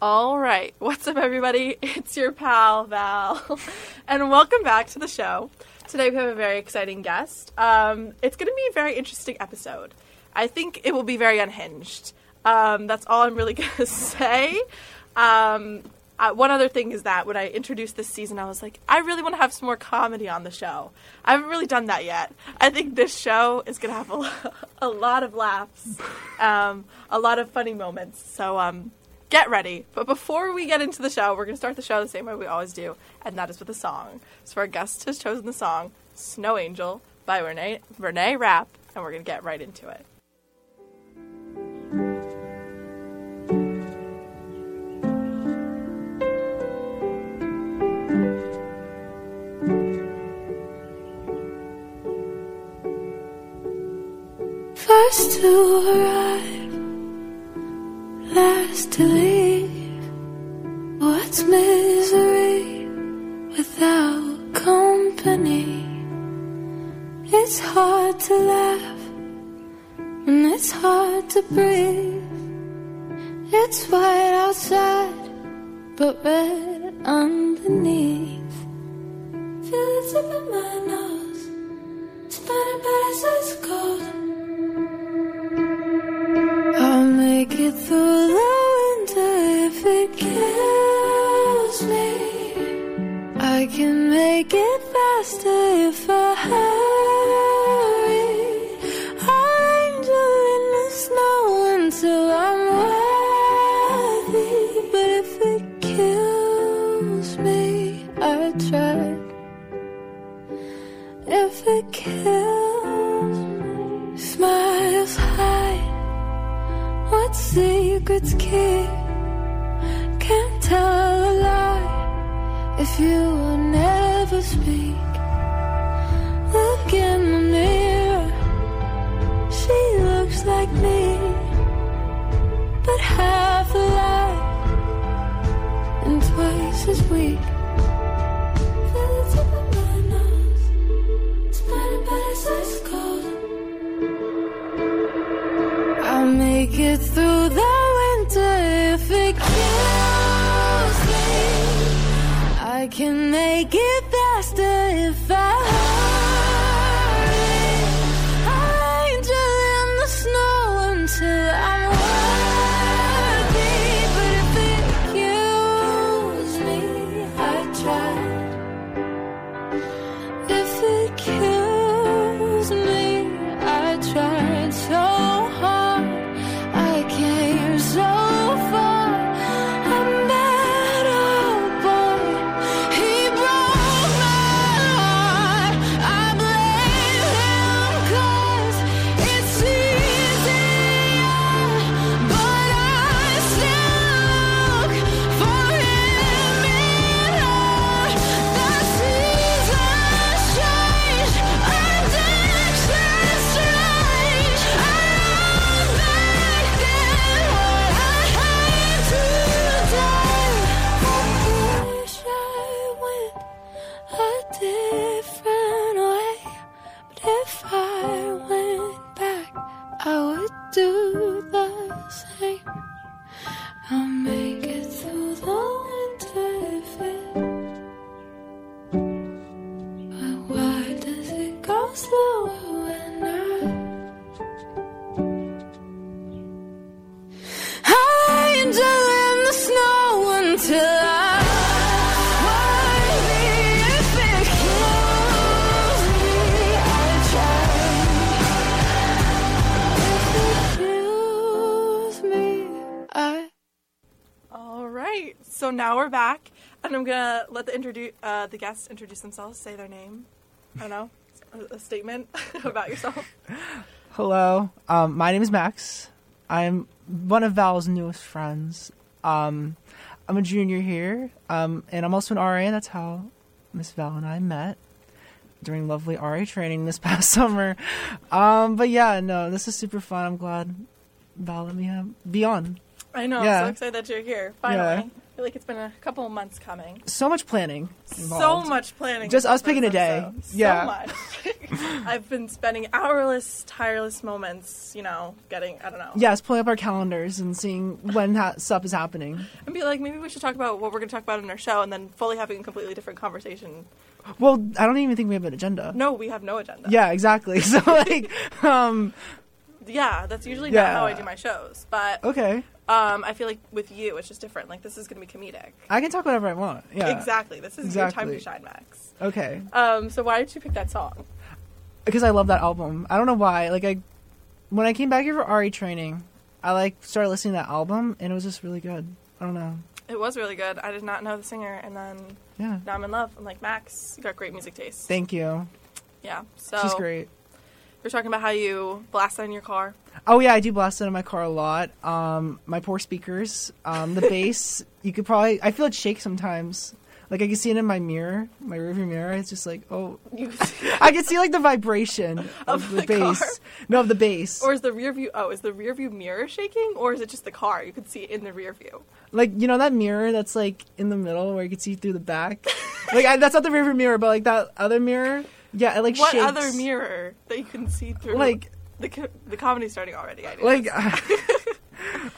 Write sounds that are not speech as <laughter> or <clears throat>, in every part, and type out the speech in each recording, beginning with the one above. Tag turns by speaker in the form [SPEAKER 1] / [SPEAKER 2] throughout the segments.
[SPEAKER 1] All right, what's up, everybody? <laughs> It's your pal Val, <laughs> and welcome back to the show. Today we have a very exciting guest. Um, it's going to be a very interesting episode. I think it will be very unhinged. Um, that's all I'm really <laughs> going to say. Um, uh, one other thing is that when I introduced this season, I was like, I really want to have some more comedy on the show. I haven't really done that yet. I think this show is going to have a, lo- <laughs> a lot of laughs, um, a lot of funny moments. So um, get ready. But before we get into the show, we're going to start the show the same way we always do, and that is with a song. So our guest has chosen the song Snow Angel by Renee, Renee Rapp, and we're going to get right into it.
[SPEAKER 2] First to arrive, last to leave. What's misery without company? It's hard to laugh, and it's hard to breathe. It's white outside, but red underneath. Feel the tip of my nose, it's burning, but it's ice cold. I'll make it through the winter if it kills me. I can make it faster if I hurry. Angel in the snow until I'm worthy. But if it kills me, I try. If it kills me, smiles hide. What secrets keep? Can't tell a lie if you will never speak. Look in the mirror, she looks like me, but half alive and twice as weak. Feel the tip of my nose, it's burning, but it's ice cold. I'll make it through the winter if it kills me. I can make it faster if I hurry. Angel in the snow until I'm worthy. But if it kills me, I try. If it kills me, I tried so hard. I came so far. I met a boy. He broke my heart. I blame him 'cause it's easier. But I still look for him in her. The seasons change. Addictions strange. I'm back then what I hate today. I wish I went a different way. But if I went back, I would do the same. I'll make it through the winter if it. But why does it go slower when I? I'll angel in the snow until I'm worthy. If it kills me, I try. If it kills me, I.
[SPEAKER 1] All right, so now we're back, and I'm gonna let the introduce uh, the guests introduce themselves, say their name. I don't know, a, a statement <laughs> about yourself.
[SPEAKER 3] Hello, um, my name is Max. I'm one of Val's newest friends. Um, I'm a junior here, um, and I'm also an RA. That's how Miss Val and I met during lovely RA training this <laughs> past summer. Um, but yeah, no, this is super fun. I'm glad Val let me have, be on.
[SPEAKER 1] I know, I'm
[SPEAKER 3] Yeah.
[SPEAKER 1] so excited that you're here finally. feel like it's been a couple of months coming.
[SPEAKER 3] So much planning.
[SPEAKER 1] So much planning.
[SPEAKER 3] Just us
[SPEAKER 1] for this
[SPEAKER 3] picking a day.
[SPEAKER 1] episode. So
[SPEAKER 3] Yeah.
[SPEAKER 1] much. <laughs> I've been spending hourless, tireless moments, you know, getting, I don't know.
[SPEAKER 3] Yes, pulling up our calendars and seeing when ha- stuff is happening.
[SPEAKER 1] And be like, maybe we should talk about what we're going to talk about in our show and then fully having a completely different conversation.
[SPEAKER 3] Well, I don't even think we have an agenda.
[SPEAKER 1] No, we have no agenda.
[SPEAKER 3] Yeah, exactly. <laughs> So like, um,
[SPEAKER 1] Yeah, that's usually not how I
[SPEAKER 3] Yeah.
[SPEAKER 1] do my shows. But
[SPEAKER 3] okay,
[SPEAKER 1] um, I feel like with you, it's just different. Like, this is going to be comedic.
[SPEAKER 3] I can talk whatever I want. Yeah,
[SPEAKER 1] Exactly. This is your time
[SPEAKER 3] Exactly.
[SPEAKER 1] to shine, Max.
[SPEAKER 3] Okay,
[SPEAKER 1] Um, so why did you pick that song?
[SPEAKER 3] because I love that album. I don't know why. Like I, when I came back here for RE training, I like started listening to that album, and it was just really good. I don't know.
[SPEAKER 1] It was really good. I did not know the singer, and then
[SPEAKER 3] Yeah.
[SPEAKER 1] now I'm in love. I'm like, Max, you got great music taste.
[SPEAKER 3] Thank you.
[SPEAKER 1] yeah. So
[SPEAKER 3] She's great.
[SPEAKER 1] You're talking about how you blast that in your car.
[SPEAKER 3] Oh yeah, I do blast it in my car a lot. Um, my poor speakers, um, the bass. <laughs> You could probably. I feel it shake sometimes. Like I can see it in my mirror, my rearview mirror. It's just like, oh,
[SPEAKER 1] You,
[SPEAKER 3] I can see like the vibration of,
[SPEAKER 1] Of
[SPEAKER 3] the,
[SPEAKER 1] the
[SPEAKER 3] bass.
[SPEAKER 1] car?
[SPEAKER 3] No, of the
[SPEAKER 1] <laughs>
[SPEAKER 3] bass.
[SPEAKER 1] or is the rear view? Oh, is the rear view mirror shaking, or is it just the car? You can see it in the rear view.
[SPEAKER 3] like you know that mirror that's like in the middle where you can see through the back. <laughs> like I, that's not the rearview mirror, but like that other mirror. Yeah, it like
[SPEAKER 1] What
[SPEAKER 3] shakes.
[SPEAKER 1] other mirror that you can see through?
[SPEAKER 3] Like-
[SPEAKER 1] the co- the comedy's starting already. I know. <laughs>
[SPEAKER 3] Like. <laughs>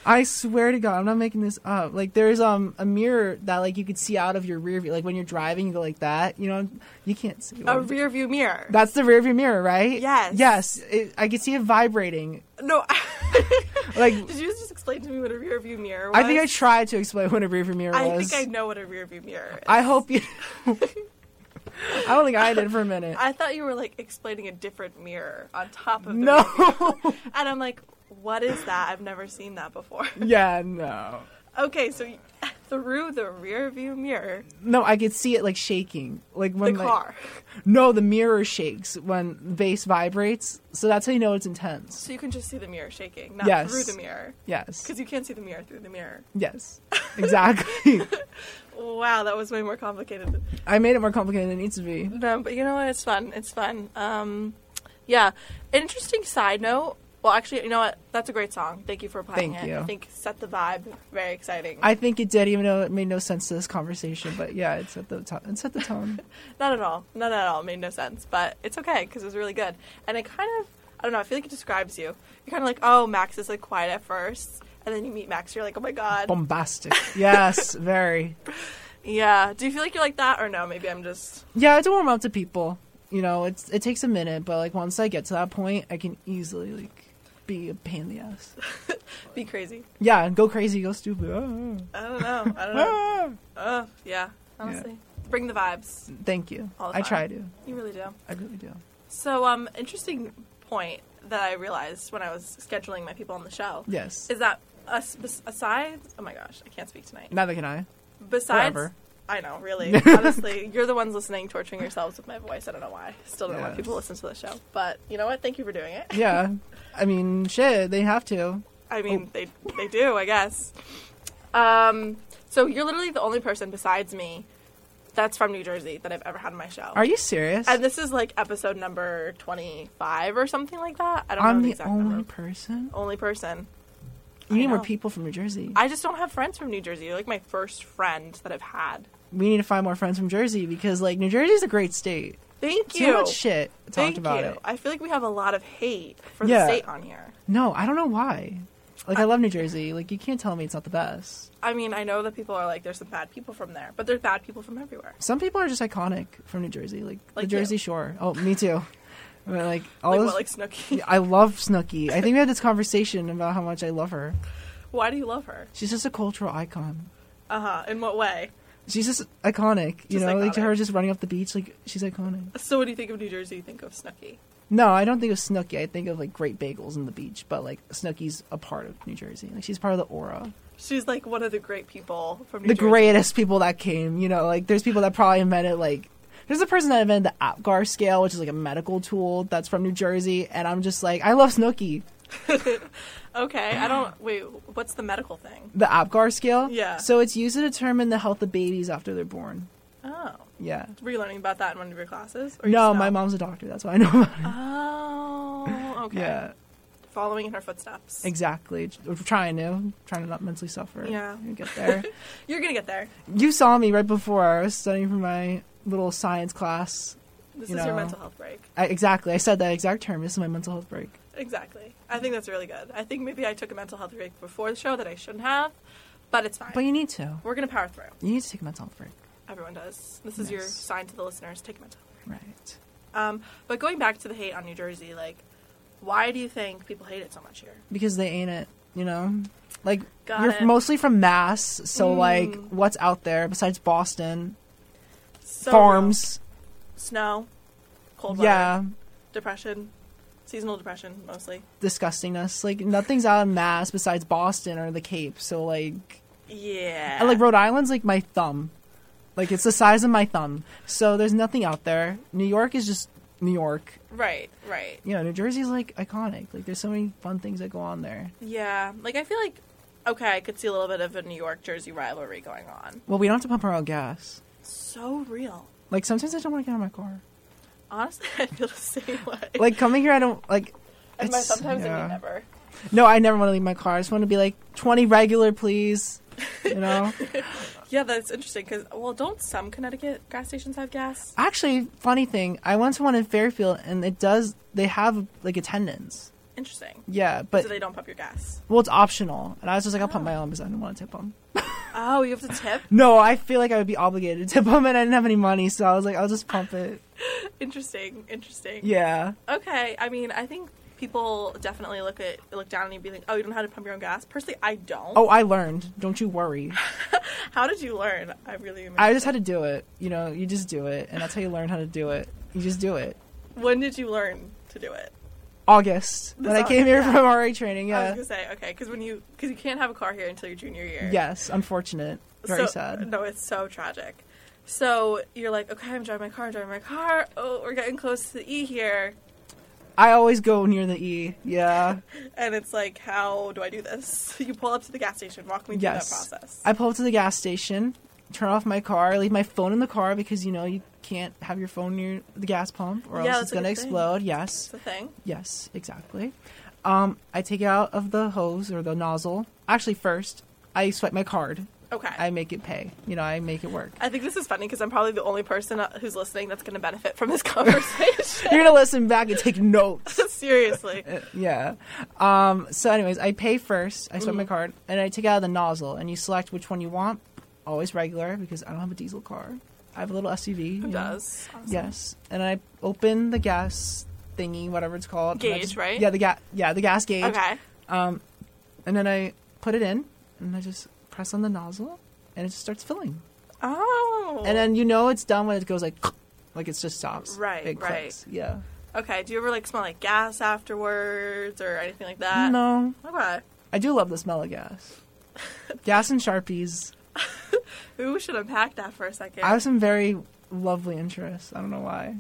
[SPEAKER 3] I swear to God, I'm not making this up. Like there's um a mirror that like you could see out of your rear view. Like when you're driving, you go like that. You know, you can't see.
[SPEAKER 1] a
[SPEAKER 3] one.
[SPEAKER 1] rear view mirror.
[SPEAKER 3] That's the rear view mirror, right?
[SPEAKER 1] Yes.
[SPEAKER 3] Yes, it, I can see it vibrating.
[SPEAKER 1] no, <laughs>
[SPEAKER 3] Like
[SPEAKER 1] did you just explain to me what a rear view mirror? Was?
[SPEAKER 3] I think I tried to explain what a rear view mirror
[SPEAKER 1] I
[SPEAKER 3] was.
[SPEAKER 1] think I know what a rear view mirror is.
[SPEAKER 3] I hope you. <laughs> I don't think I did for a minute.
[SPEAKER 1] I thought you were like explaining a different mirror on top of the
[SPEAKER 3] no.
[SPEAKER 1] rear view. <laughs> and I'm like, what is that? I've never seen that before. <laughs>
[SPEAKER 3] yeah, no.
[SPEAKER 1] okay, so you- <laughs> through the rear view mirror,
[SPEAKER 3] No, I could see it like shaking, like
[SPEAKER 1] the
[SPEAKER 3] when like-
[SPEAKER 1] car.
[SPEAKER 3] No, the mirror shakes when the bass vibrates, so that's how you know it's intense.
[SPEAKER 1] So you can just see the mirror shaking, not
[SPEAKER 3] Yes.
[SPEAKER 1] through the mirror.
[SPEAKER 3] Yes,
[SPEAKER 1] Because you can't see the mirror through the mirror.
[SPEAKER 3] yes,
[SPEAKER 1] <laughs>
[SPEAKER 3] exactly.
[SPEAKER 1] Wow, that was way more complicated.
[SPEAKER 3] I made it more complicated than it needs to be.
[SPEAKER 1] No, but you know what? It's fun. It's fun. Um, yeah. Interesting side note. Well, actually, you know what? That's a great song. Thank you for playing
[SPEAKER 3] Thank
[SPEAKER 1] it.
[SPEAKER 3] you.
[SPEAKER 1] I think set the vibe. Very exciting.
[SPEAKER 3] I think it did, even though it made no sense to this conversation. But yeah, it set the tone. It set
[SPEAKER 1] <laughs>
[SPEAKER 3] the tone.
[SPEAKER 1] Not at all. Not at all. It made no sense. But it's okay because it was really good. And it kind of, I don't know, I feel like it describes you. You're kind of like, oh, Max is like quiet at first. And then you meet Max, you're like, oh my god.
[SPEAKER 3] Bombastic. Yes, very.
[SPEAKER 1] Yeah. Do you feel like you're like that or no? Maybe I'm just.
[SPEAKER 3] Yeah, it's a warm up to people. You know, it's it takes a minute, but like once I get to that point, I can easily like be a pain in the ass.
[SPEAKER 1] Be crazy.
[SPEAKER 3] Yeah, and go crazy, go stupid. Ah.
[SPEAKER 1] I don't know. I don't
[SPEAKER 3] <laughs>
[SPEAKER 1] know.
[SPEAKER 3] Ah.
[SPEAKER 1] Oh, yeah. Honestly. Bring the vibes.
[SPEAKER 3] Thank you.
[SPEAKER 1] All the
[SPEAKER 3] I
[SPEAKER 1] time.
[SPEAKER 3] try to.
[SPEAKER 1] You really do.
[SPEAKER 3] I really do.
[SPEAKER 1] So, um, interesting point that I realized when I was scheduling my people on the show
[SPEAKER 3] Yes.
[SPEAKER 1] is that us, bes- besides, oh my gosh, I can't speak tonight.
[SPEAKER 3] Neither can I.
[SPEAKER 1] Besides,
[SPEAKER 3] Forever.
[SPEAKER 1] I know,
[SPEAKER 3] <laughs>
[SPEAKER 1] really. Honestly, you're the ones listening, torturing yourselves with my voice. I don't know why. Still don't know why
[SPEAKER 3] Yes.
[SPEAKER 1] people listen to the show. But you know what? Thank you for doing
[SPEAKER 3] <laughs>
[SPEAKER 1] it.
[SPEAKER 3] Yeah. I mean, shit, they have to.
[SPEAKER 1] I mean,
[SPEAKER 3] Oh.
[SPEAKER 1] they they do, I guess. Um, so you're literally the only person besides me that's from New Jersey that I've ever had on my show.
[SPEAKER 3] Are you serious?
[SPEAKER 1] and this is like episode number 25 or something like that. I don't
[SPEAKER 3] I'm
[SPEAKER 1] know the
[SPEAKER 3] the
[SPEAKER 1] exact
[SPEAKER 3] only
[SPEAKER 1] number.
[SPEAKER 3] person.
[SPEAKER 1] only person.
[SPEAKER 3] You need more
[SPEAKER 1] know.
[SPEAKER 3] people from New Jersey.
[SPEAKER 1] I just don't have friends from New Jersey. You're like my first friend that I've had.
[SPEAKER 3] we need to find more friends from Jersey because, like, New Jersey's a great state.
[SPEAKER 1] Thank you.
[SPEAKER 3] Too much shit talked
[SPEAKER 1] Thank
[SPEAKER 3] about
[SPEAKER 1] you.
[SPEAKER 3] it.
[SPEAKER 1] I feel like we have a lot of hate for
[SPEAKER 3] Yeah.
[SPEAKER 1] the state on here.
[SPEAKER 3] No, I don't know why. Like, I love New Jersey. Like, you can't tell me it's not the best.
[SPEAKER 1] I mean, I know that people are like, there's some bad people from there, but there's bad people from everywhere.
[SPEAKER 3] Some people are just iconic from New Jersey, like,
[SPEAKER 1] Like
[SPEAKER 3] the
[SPEAKER 1] you.
[SPEAKER 3] Jersey Shore. Oh,
[SPEAKER 1] <laughs>
[SPEAKER 3] me too. I mean, like all
[SPEAKER 1] Like
[SPEAKER 3] those.
[SPEAKER 1] what, like Snooki?
[SPEAKER 3] <laughs> I love Snooki. I think we had this conversation about how much I love her.
[SPEAKER 1] <laughs> Why do you love her?
[SPEAKER 3] She's just a cultural icon.
[SPEAKER 1] Uh huh. In what way?
[SPEAKER 3] She's just iconic, you
[SPEAKER 1] Just
[SPEAKER 3] know, like
[SPEAKER 1] iconic.
[SPEAKER 3] her just running up the beach, like she's iconic.
[SPEAKER 1] So, what do you think of New Jersey? You think of Snooki?
[SPEAKER 3] No, I don't think of Snooki. I think of like great bagels and the beach, but like Snooki's a part of New Jersey. Like she's part of the aura.
[SPEAKER 1] She's like one of the great people from New
[SPEAKER 3] The
[SPEAKER 1] Jersey.
[SPEAKER 3] greatest people that came, you know, like there's people that probably invented like there's a person that invented the Apgar scale, which is like a medical tool that's from New Jersey, and I'm just like, I love Snooki.
[SPEAKER 1] Okay, I don't. Wait, what's the medical thing?
[SPEAKER 3] The Apgar scale.
[SPEAKER 1] Yeah.
[SPEAKER 3] So it's used to determine the health of babies after they're born.
[SPEAKER 1] Oh,
[SPEAKER 3] Yeah.
[SPEAKER 1] were you learning about that in one of your classes? Or you
[SPEAKER 3] No,
[SPEAKER 1] just know?
[SPEAKER 3] my mom's a doctor, that's why I know about it.
[SPEAKER 1] Oh, okay.
[SPEAKER 3] Yeah.
[SPEAKER 1] following in her footsteps.
[SPEAKER 3] Exactly. We're trying to, trying to not mentally suffer.
[SPEAKER 1] Yeah.
[SPEAKER 3] You get there. <laughs>
[SPEAKER 1] You're gonna get there.
[SPEAKER 3] you saw me right before I was studying for my little science class.
[SPEAKER 1] This
[SPEAKER 3] You
[SPEAKER 1] is your
[SPEAKER 3] know.
[SPEAKER 1] mental health break.
[SPEAKER 3] I, exactly. I said that exact term. This is my mental health break.
[SPEAKER 1] Exactly. I think that's really good. I think maybe I took a mental health break before the show that I shouldn't have, but it's fine.
[SPEAKER 3] But you need to.
[SPEAKER 1] We're gonna power through.
[SPEAKER 3] You need to take a mental health break.
[SPEAKER 1] Everyone does. This is your
[SPEAKER 3] Nice.
[SPEAKER 1] sign to the listeners. Take a mental.
[SPEAKER 3] Right.
[SPEAKER 1] Um, but going back to the hate on New Jersey, like, why do you think people hate it so much here?
[SPEAKER 3] Because they ain't it, you know? Like,
[SPEAKER 1] Got
[SPEAKER 3] you're
[SPEAKER 1] it.
[SPEAKER 3] mostly from Mass, so, like,
[SPEAKER 1] Mm.
[SPEAKER 3] what's out there besides Boston?
[SPEAKER 1] So
[SPEAKER 3] Farms.
[SPEAKER 1] real. snow, cold
[SPEAKER 3] Yeah.
[SPEAKER 1] weather, depression, seasonal depression mostly.
[SPEAKER 3] Disgustingness. Like, nothing's out in Mass besides Boston or the Cape, so, like,
[SPEAKER 1] Yeah.
[SPEAKER 3] I like Rhode Island's like my thumb. Like it's the size of my thumb. So there's nothing out there. New York is just New York.
[SPEAKER 1] right, right.
[SPEAKER 3] You know, New Jersey's like iconic. Like there's so many fun things that go on there.
[SPEAKER 1] Yeah. Like I feel like okay, I could see a little bit of a New York Jersey rivalry going on.
[SPEAKER 3] Well, we don't have to pump our own gas.
[SPEAKER 1] So real.
[SPEAKER 3] Like sometimes I don't want to get out of my car.
[SPEAKER 1] Honestly, <laughs> I feel the same way.
[SPEAKER 3] Like coming here, I don't like.
[SPEAKER 1] and my
[SPEAKER 3] it's-
[SPEAKER 1] sometimes I
[SPEAKER 3] yeah.
[SPEAKER 1] mean never.
[SPEAKER 3] No, I never want to leave my car. I just want to be like twenty regular, please.
[SPEAKER 1] <laughs>
[SPEAKER 3] You know.
[SPEAKER 1] Yeah, that's interesting because well, don't some Connecticut gas stations have gas?
[SPEAKER 3] Actually, funny thing, I went to one in Fairfield, and it does. They have like attendance.
[SPEAKER 1] Interesting.
[SPEAKER 3] Yeah, but
[SPEAKER 1] so they don't pump your gas.
[SPEAKER 3] well, it's optional. And I was just like, I'll pump my own because I didn't want to tip them.
[SPEAKER 1] Oh, you have to tip.
[SPEAKER 3] No, I feel like I would be obligated to <laughs> tip them, and I didn't have any money, so I was like, I'll just pump it.
[SPEAKER 1] <laughs> interesting. Interesting.
[SPEAKER 3] Yeah.
[SPEAKER 1] Okay. I mean, I think people definitely look at look down on you and be like, "Oh, you don't know how to pump your own gas." Personally, I don't.
[SPEAKER 3] Oh, I learned. Don't you worry.
[SPEAKER 1] <laughs> How did you learn? I really. am
[SPEAKER 3] I just had to do it. You know, you just do it, and that's how you learn how to do it. You just do it.
[SPEAKER 1] interested. When did you learn to do it?
[SPEAKER 3] August when I
[SPEAKER 1] This
[SPEAKER 3] came here
[SPEAKER 1] August,
[SPEAKER 3] from RA training.
[SPEAKER 1] I was
[SPEAKER 3] Yeah.
[SPEAKER 1] gonna say okay, because when you because you can't have a car here until your junior year.
[SPEAKER 3] Yes. Unfortunate. Very
[SPEAKER 1] so,
[SPEAKER 3] sad.
[SPEAKER 1] No, it's so tragic. So you're like, okay, I'm driving my car, I'm driving my car. Oh, we're getting close to the E here,
[SPEAKER 3] I always go near the E.
[SPEAKER 1] <laughs>
[SPEAKER 3] Yeah.
[SPEAKER 1] and it's like, how do I do this? <laughs> You pull up to the gas station. Walk me through
[SPEAKER 3] Yes.
[SPEAKER 1] that process.
[SPEAKER 3] I pull up to the gas station, turn off my car, leave my phone in the car because you know you can't have your phone near the gas pump or
[SPEAKER 1] Yeah,
[SPEAKER 3] else
[SPEAKER 1] that's
[SPEAKER 3] it's
[SPEAKER 1] a
[SPEAKER 3] gonna
[SPEAKER 1] good thing.
[SPEAKER 3] explode. Yes.
[SPEAKER 1] it's a thing.
[SPEAKER 3] Yes, exactly. Um, I take it out of the hose or the nozzle. Actually, first, I swipe my card.
[SPEAKER 1] Okay.
[SPEAKER 3] I make it pay. You know, I make it work.
[SPEAKER 1] I think this is funny because I'm probably the only person uh, who's listening that's going to benefit from this <laughs> conversation. <laughs>
[SPEAKER 3] You're gonna listen back and take notes. Uh,
[SPEAKER 1] Seriously.
[SPEAKER 3] Yeah. Um, so, anyways, I pay first. I swipe
[SPEAKER 1] Mm.
[SPEAKER 3] my card, and I take out of the nozzle, and you select which one you want. Always regular because I don't have a diesel car. I have a little SUV.
[SPEAKER 1] Who
[SPEAKER 3] you know.
[SPEAKER 1] does? honestly.
[SPEAKER 3] Yes, and I open the gas thingy, whatever it's called. and I
[SPEAKER 1] Gauge,
[SPEAKER 3] just-
[SPEAKER 1] right?
[SPEAKER 3] Yeah, the gas. Yeah, the gas gauge.
[SPEAKER 1] Okay.
[SPEAKER 3] and then I put it in, and I just press on the nozzle, and it just starts filling.
[SPEAKER 1] Oh.
[SPEAKER 3] And then you know it's done when it goes like, <laughs> like it just stops.
[SPEAKER 1] Right,
[SPEAKER 3] it
[SPEAKER 1] right.
[SPEAKER 3] clicks. Yeah.
[SPEAKER 1] Okay. Do you ever like smell like gas afterwards or anything like that?
[SPEAKER 3] no,
[SPEAKER 1] Okay.
[SPEAKER 3] I do love the smell of
[SPEAKER 1] <laughs>
[SPEAKER 3] gas. gas and sharpies.
[SPEAKER 1] Ooh, we should unpack that for a second.
[SPEAKER 3] I have some very lovely interests. I don't know why.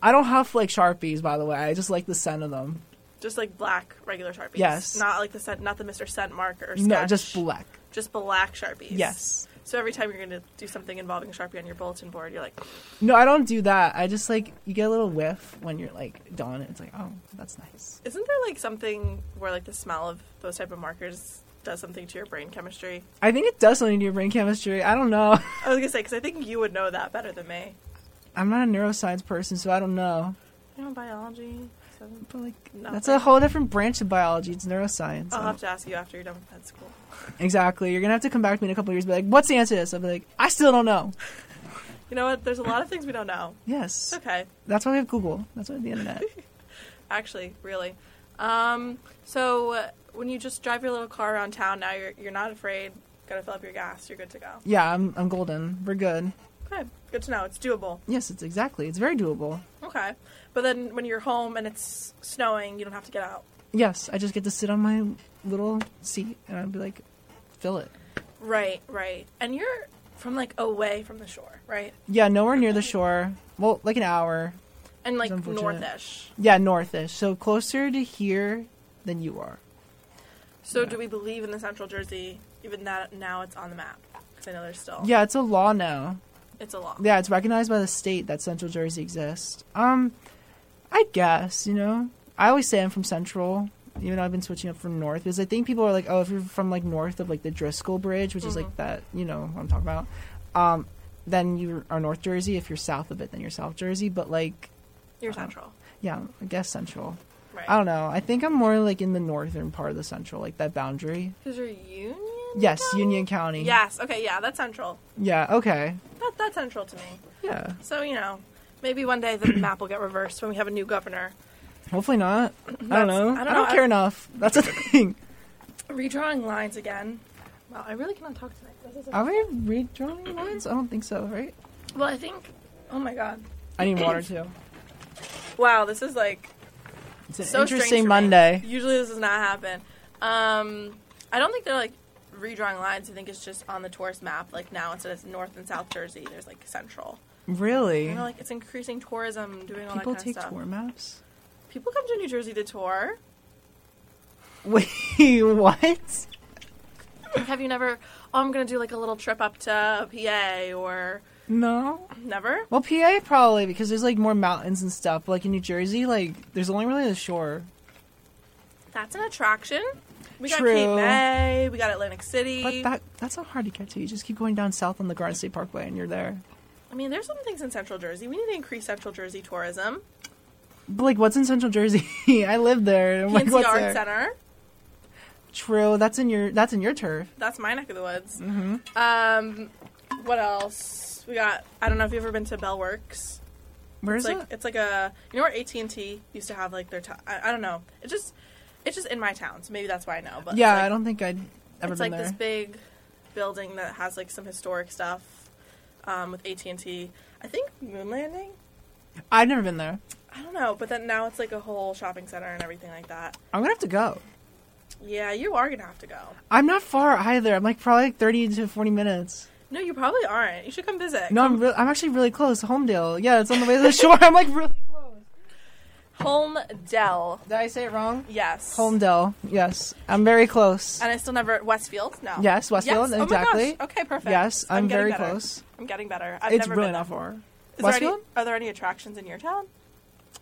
[SPEAKER 3] I don't have like sharpies, by the way. I just like the scent of them.
[SPEAKER 1] just like black regular sharpies.
[SPEAKER 3] Yes.
[SPEAKER 1] Not like the scent, not the Mr. Scent mark or
[SPEAKER 3] No,
[SPEAKER 1] sketch.
[SPEAKER 3] just black.
[SPEAKER 1] Just black sharpies.
[SPEAKER 3] Yes.
[SPEAKER 1] So every time you're going to do something involving a sharpie on your bulletin board, you're like,
[SPEAKER 3] No, I don't do that. I just like you get a little whiff when you're like done. It's like, oh, that's nice.
[SPEAKER 1] isn't there like something where like the smell of those type of markers does something to your brain chemistry?
[SPEAKER 3] I think it does something to your brain chemistry. I don't know. <laughs>
[SPEAKER 1] I was gonna say because I think you would know that better than me.
[SPEAKER 3] I'm not a neuroscience person, so I don't know.
[SPEAKER 1] You know biology. Seven.
[SPEAKER 3] But like, Uh.
[SPEAKER 1] Nothing.
[SPEAKER 3] that's a whole different branch of biology. It's neuroscience.
[SPEAKER 1] I'll
[SPEAKER 3] so-
[SPEAKER 1] have to ask you after you're done with med school.
[SPEAKER 3] Exactly. You're gonna have to come back to me in a couple of years. And be like, what's the answer to this? I'll be like, I still don't know.
[SPEAKER 1] You know what? There's a lot of things we don't know.
[SPEAKER 3] Yes, <laughs>
[SPEAKER 1] It's okay,
[SPEAKER 3] that's why we have Google. That's why we have the internet.
[SPEAKER 1] actually, really. Um, so uh, when you just drive your little car around town, now you're you're not afraid. Gotta fill up your gas. You're good to go.
[SPEAKER 3] yeah, I'm I'm golden. We're good.
[SPEAKER 1] Okay, good to know. It's doable.
[SPEAKER 3] Yes, it's exactly. It's very doable.
[SPEAKER 1] Okay, but then when you're home and it's snowing, you don't have to get out.
[SPEAKER 3] Yes, I just get to sit on my little seat and I'll be like, fill it.
[SPEAKER 1] Right, right. And you're from like away from the shore, right?
[SPEAKER 3] Yeah, nowhere near the shore. Well, like an hour.
[SPEAKER 1] And like
[SPEAKER 3] It's unfortunate.
[SPEAKER 1] northish.
[SPEAKER 3] Yeah, northish. So closer to here than you are.
[SPEAKER 1] So do we believe in the Central Jersey, even that now it's on the map? Because I know there's still
[SPEAKER 3] Yeah, it's a law now.
[SPEAKER 1] it's a law.
[SPEAKER 3] Yeah, it's recognized by the state that Central Jersey exists. Um, I guess you know. I always say I'm from Central. Even though I've been switching up from north because I think people are like, oh, if you're from like north of like the Driscoll Bridge, which is
[SPEAKER 1] Mm-hmm.
[SPEAKER 3] like that, you know, what I'm talking about. Um, then you are North Jersey. If you're south of it, then you're South Jersey. But like,
[SPEAKER 1] You're central.
[SPEAKER 3] yeah, I guess central.
[SPEAKER 1] Right.
[SPEAKER 3] I don't know. I think I'm more like in the northern part of the central, like that boundary.
[SPEAKER 1] Because you're Union?
[SPEAKER 3] Yes,
[SPEAKER 1] County?
[SPEAKER 3] Union County.
[SPEAKER 1] Yes, okay, yeah, that's central.
[SPEAKER 3] Yeah. Okay.
[SPEAKER 1] That, that's central to me.
[SPEAKER 3] Yeah.
[SPEAKER 1] So, you know, maybe one day the <clears throat> map will get reversed when we have a new governor.
[SPEAKER 3] Hopefully not. I don't know. I
[SPEAKER 1] That's-
[SPEAKER 3] don't,
[SPEAKER 1] I don't know.
[SPEAKER 3] care enough.
[SPEAKER 1] <laughs>
[SPEAKER 3] That's a thing.
[SPEAKER 1] Redrawing lines again. Wow, I really cannot talk tonight. This is a-
[SPEAKER 3] Are we redrawing lines? I don't think so. Right.
[SPEAKER 1] well, I think. Oh my god.
[SPEAKER 3] I need water too.
[SPEAKER 1] Wow, this is like
[SPEAKER 3] It's an
[SPEAKER 1] so strange for
[SPEAKER 3] interesting
[SPEAKER 1] me.
[SPEAKER 3] Monday.
[SPEAKER 1] Usually this does not happen. Um, I don't think they're like redrawing lines. I think it's just on the tourist map. Like now, instead of North and South Jersey, there's like Central.
[SPEAKER 3] Really?
[SPEAKER 1] You know, like it's increasing tourism, doing all
[SPEAKER 3] People
[SPEAKER 1] that kind
[SPEAKER 3] take
[SPEAKER 1] of stuff.
[SPEAKER 3] tour maps.
[SPEAKER 1] People come to New Jersey to tour.
[SPEAKER 3] Wait, <laughs> what?
[SPEAKER 1] Have you never? Oh, I'm gonna do like a little trip up to PA or
[SPEAKER 3] No.
[SPEAKER 1] never.
[SPEAKER 3] Well, PA probably because there's like more mountains and stuff. Like in New Jersey, like there's only really the shore.
[SPEAKER 1] That's an attraction. We got
[SPEAKER 3] True.
[SPEAKER 1] Cape May. We got Atlantic City.
[SPEAKER 3] But that that's not hard to get to. You just keep going down south on the Garden State Parkway and you're there.
[SPEAKER 1] I mean, there's some things in Central Jersey. We need to increase Central Jersey tourism.
[SPEAKER 3] But like, what's in Central Jersey? <laughs> I live there. I'm <laughs> like,
[SPEAKER 1] PNC
[SPEAKER 3] what's
[SPEAKER 1] Art
[SPEAKER 3] there?
[SPEAKER 1] Center.
[SPEAKER 3] True. That's in your that's in your turf.
[SPEAKER 1] That's my neck of the woods.
[SPEAKER 3] Mm-hmm.
[SPEAKER 1] Um, what else? We got. I don't know if you've ever been to Bellworks.
[SPEAKER 3] Where
[SPEAKER 1] It's
[SPEAKER 3] is
[SPEAKER 1] like
[SPEAKER 3] it?
[SPEAKER 1] it's like a. You know where AT and T used to have like their. T- I, I don't know. It just. It's just in my town, so maybe that's why I know. But it's
[SPEAKER 3] Yeah,
[SPEAKER 1] like-
[SPEAKER 3] I don't think I'd ever
[SPEAKER 1] it's
[SPEAKER 3] been
[SPEAKER 1] like
[SPEAKER 3] there.
[SPEAKER 1] this big building that has like some historic stuff um, with AT and T. I think moon landing.
[SPEAKER 3] I've never been there.
[SPEAKER 1] I don't know, but then now it's like a whole shopping center and everything like that.
[SPEAKER 3] I'm gonna have to go.
[SPEAKER 1] Yeah, you are gonna have to go.
[SPEAKER 3] I'm not far either. I'm like probably like 30 to 40 minutes.
[SPEAKER 1] No, you probably aren't. You should come visit.
[SPEAKER 3] No, I'm re- I'm actually really close. Homedale. Yeah, it's on the <laughs> way to the shore. I'm like really close.
[SPEAKER 1] Home Dell.
[SPEAKER 3] Did I say it wrong?
[SPEAKER 1] Yes.
[SPEAKER 3] Homedale. Yes, I'm very close.
[SPEAKER 1] And I still never Westfield. No.
[SPEAKER 3] Yes, Westfield,
[SPEAKER 1] Yes. Oh my
[SPEAKER 3] exactly.
[SPEAKER 1] gosh. Okay, perfect.
[SPEAKER 3] Yes, I'm,
[SPEAKER 1] getting
[SPEAKER 3] very
[SPEAKER 1] better.
[SPEAKER 3] close.
[SPEAKER 1] I'm getting better. I've
[SPEAKER 3] it's
[SPEAKER 1] never
[SPEAKER 3] really
[SPEAKER 1] been
[SPEAKER 3] not
[SPEAKER 1] there.
[SPEAKER 3] far.
[SPEAKER 1] Is There
[SPEAKER 3] Westfield?
[SPEAKER 1] any, are there any attractions in your town?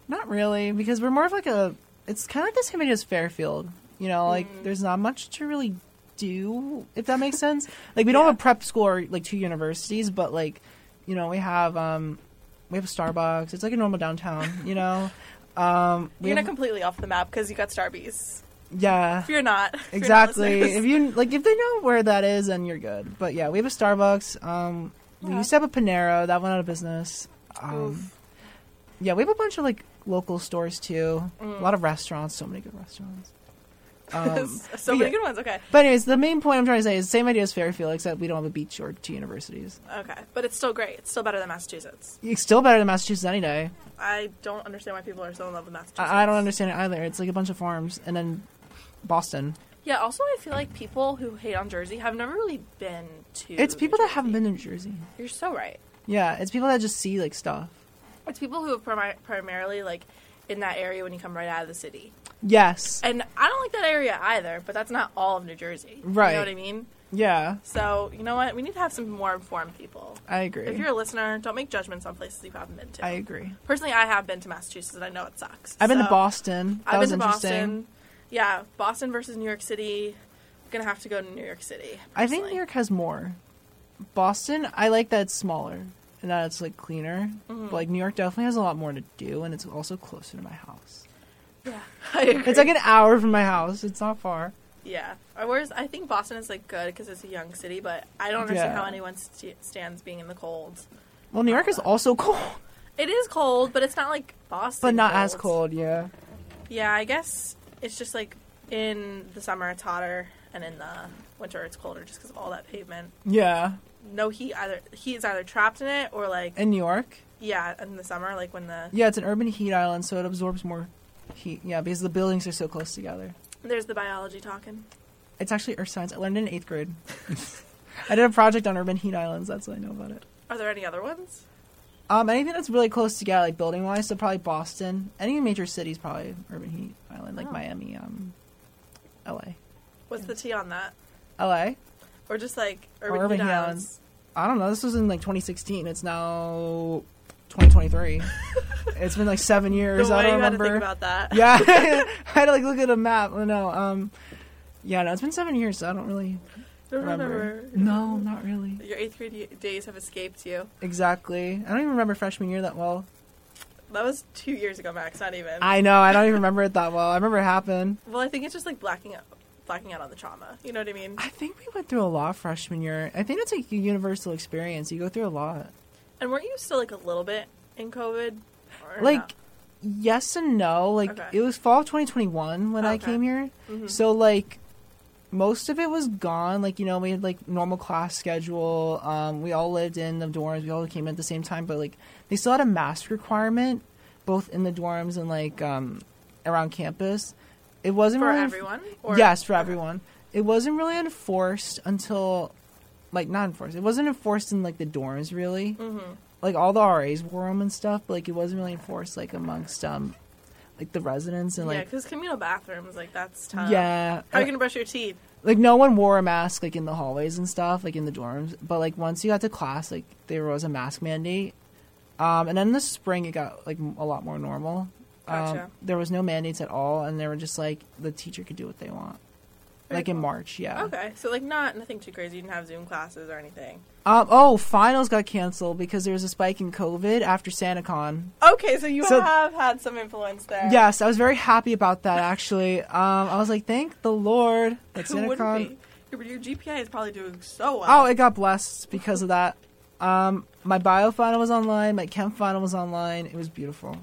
[SPEAKER 3] Not really, because we're more of like a. It's kind of like the same age as Fairfield. You know, like
[SPEAKER 1] Mm.
[SPEAKER 3] there's not much to really do, if that makes sense. <laughs> Like we don't
[SPEAKER 1] Yeah.
[SPEAKER 3] have a prep school or like two universities, but like, you know, we have um, we have a Starbucks. It's like a normal downtown.
[SPEAKER 1] <laughs>
[SPEAKER 3] You know, um, we
[SPEAKER 1] You're
[SPEAKER 3] have-
[SPEAKER 1] not completely off the map because you got Starbucks.
[SPEAKER 3] yeah.
[SPEAKER 1] If you're not, <laughs> if you're not
[SPEAKER 3] Exactly.
[SPEAKER 1] listeners.
[SPEAKER 3] If you like, if they know where that is, then you're good. But yeah, we have a Starbucks. Um, we
[SPEAKER 1] Yeah.
[SPEAKER 3] used to have a Panero that went out of business. Um,
[SPEAKER 1] Oof.
[SPEAKER 3] yeah, we have a bunch of like local stores too.
[SPEAKER 1] Mm.
[SPEAKER 3] A lot of restaurants. So many good restaurants. Um,
[SPEAKER 1] so
[SPEAKER 3] but
[SPEAKER 1] many
[SPEAKER 3] yeah.
[SPEAKER 1] good ones. Okay,
[SPEAKER 3] But anyways, the main point I'm trying to say is same idea as Fairfield, except we don't have a beach or two universities.
[SPEAKER 1] okay, but it's still great. It's still better than Massachusetts.
[SPEAKER 3] It's still better than Massachusetts any day.
[SPEAKER 1] I don't understand why people are so in love with Massachusetts.
[SPEAKER 3] I, I don't understand it either. It's like a bunch of farms, and then Boston.
[SPEAKER 1] Yeah. Also, I feel like people who hate on Jersey have never really been to.
[SPEAKER 3] It's people
[SPEAKER 1] New
[SPEAKER 3] that haven't
[SPEAKER 1] Jersey.
[SPEAKER 3] been to New Jersey.
[SPEAKER 1] You're so right.
[SPEAKER 3] Yeah, it's people that just see like stuff.
[SPEAKER 1] It's people who are primi- primarily like in that area when you come right out of the city.
[SPEAKER 3] Yes.
[SPEAKER 1] And I don't like that area either, but that's not all of New Jersey. You
[SPEAKER 3] Right.
[SPEAKER 1] know what I mean?
[SPEAKER 3] Yeah,
[SPEAKER 1] So, you know what? We need to have some more informed people.
[SPEAKER 3] I agree.
[SPEAKER 1] If you're a listener, don't make judgments on places you haven't been to.
[SPEAKER 3] I agree.
[SPEAKER 1] Personally, I have been to Massachusetts and I know it sucks.
[SPEAKER 3] I've been to
[SPEAKER 1] So,
[SPEAKER 3] Boston. That
[SPEAKER 1] I've
[SPEAKER 3] was
[SPEAKER 1] been to
[SPEAKER 3] interesting.
[SPEAKER 1] Boston. Yeah, Boston versus New York City. I'm going to have to go to New York City.
[SPEAKER 3] I think
[SPEAKER 1] personally.
[SPEAKER 3] New York has more. Boston, I like that it's smaller and that it's like cleaner. But
[SPEAKER 1] Mm-hmm.
[SPEAKER 3] like New York definitely has a lot more to do, and it's also closer to my house.
[SPEAKER 1] Yeah. <laughs> I agree.
[SPEAKER 3] It's like an hour from my house. It's not far.
[SPEAKER 1] Yeah. Uh, Whereas I think Boston is like good because it's a young city, but I don't understand
[SPEAKER 3] Yeah.
[SPEAKER 1] how anyone st- stands being in the cold.
[SPEAKER 3] Well, New York is also <laughs> cold,
[SPEAKER 1] It is cold, but it's not like Boston.
[SPEAKER 3] but not as cold. Yeah.
[SPEAKER 1] Yeah, I guess it's just like in the summer it's hotter, and in the winter it's colder just because of all that pavement.
[SPEAKER 3] Yeah.
[SPEAKER 1] No heat either. Heat is either trapped in it or like
[SPEAKER 3] In New York,
[SPEAKER 1] yeah, in the summer like when the
[SPEAKER 3] yeah, it's an urban heat island, so it absorbs more heat. Yeah, because the buildings are so close together.
[SPEAKER 1] there's the biology talking.
[SPEAKER 3] It's actually earth science. I learned it in eighth grade. <laughs> I did a project on urban heat islands. That's what I know about it.
[SPEAKER 1] Are there any other ones?
[SPEAKER 3] Um, anything that's really close together, like building wise, so probably Boston. Any major cities, probably urban heat island, like
[SPEAKER 1] Oh.
[SPEAKER 3] Miami, um, L.A.
[SPEAKER 1] What's the T on that?
[SPEAKER 3] L.A.
[SPEAKER 1] Or just like urban,
[SPEAKER 3] urban
[SPEAKER 1] heat
[SPEAKER 3] heat
[SPEAKER 1] islands?
[SPEAKER 3] I don't know. This was in like 2016. It's now
[SPEAKER 1] <laughs>
[SPEAKER 3] 2023. it's been like seven years.
[SPEAKER 1] Why
[SPEAKER 3] I don't
[SPEAKER 1] you
[SPEAKER 3] remember.
[SPEAKER 1] gotta think about that?
[SPEAKER 3] yeah, <laughs> I had to like look at a map. No, um, yeah, no, it's been seven years, so I don't really
[SPEAKER 1] Don't <laughs>
[SPEAKER 3] remember.
[SPEAKER 1] remember.
[SPEAKER 3] No, not really.
[SPEAKER 1] Your eighth grade y- days have escaped you.
[SPEAKER 3] Exactly. I don't even remember freshman year that well.
[SPEAKER 1] That was two years ago, Max. Not even.
[SPEAKER 3] I know. I don't even remember it that well. I remember it happened.
[SPEAKER 1] well, I think it's just like blacking out, blacking out on the trauma. You know what I mean?
[SPEAKER 3] I think we went through a lot freshman year. I think that's like a universal experience. You go through a lot.
[SPEAKER 1] And weren't you still like a little bit in COVID? Or
[SPEAKER 3] Like,
[SPEAKER 1] not?
[SPEAKER 3] yes and no. Like,
[SPEAKER 1] Okay.
[SPEAKER 3] it was fall of 2021 when I
[SPEAKER 1] Okay. Mm-hmm.
[SPEAKER 3] came here. So, like, most of it was gone. Like, you know, we had like normal class schedule. Um, we all lived in the dorms. We all came in at the same time, but like, they still had a mask requirement both in the dorms and like um, around campus. It wasn't
[SPEAKER 1] for
[SPEAKER 3] really
[SPEAKER 1] everyone? Or-
[SPEAKER 3] yes, for
[SPEAKER 1] okay.
[SPEAKER 3] everyone. It wasn't really enforced until, like, not enforced. It wasn't enforced in like the dorms really.
[SPEAKER 1] Mm-hmm.
[SPEAKER 3] Like all the RAs wore them and stuff, but like it wasn't really enforced like amongst um, like the residents and
[SPEAKER 1] Yeah,
[SPEAKER 3] like
[SPEAKER 1] because communal bathrooms, like that's tough.
[SPEAKER 3] yeah, Uh,
[SPEAKER 1] How are you gonna brush your teeth?
[SPEAKER 3] like no one wore a mask like in the hallways and stuff, like in the dorms. But like once you got to class, like there was a mask mandate. Um, and then in the spring, it got like m- a lot more normal.
[SPEAKER 1] Gotcha.
[SPEAKER 3] Um, there was no mandates at all, and they were just like the teacher could do what they want.
[SPEAKER 1] Very
[SPEAKER 3] like in
[SPEAKER 1] cool.
[SPEAKER 3] March, yeah.
[SPEAKER 1] Okay, so like not nothing too crazy. You didn't have Zoom classes or anything.
[SPEAKER 3] Um, oh, finals got canceled because there was a spike in COVID after SantaCon.
[SPEAKER 1] Okay, so you
[SPEAKER 3] So-
[SPEAKER 1] have had some influence there.
[SPEAKER 3] Yes, I was very happy about that. Actually, um, I was like, thank the Lord that
[SPEAKER 1] <laughs> Who wouldn't be?
[SPEAKER 3] SantaCon.
[SPEAKER 1] Your, your GPA is probably doing so
[SPEAKER 3] Oh,
[SPEAKER 1] well.
[SPEAKER 3] it got blessed because of that. Um, my bio final was online. My chem final was online. It was beautiful.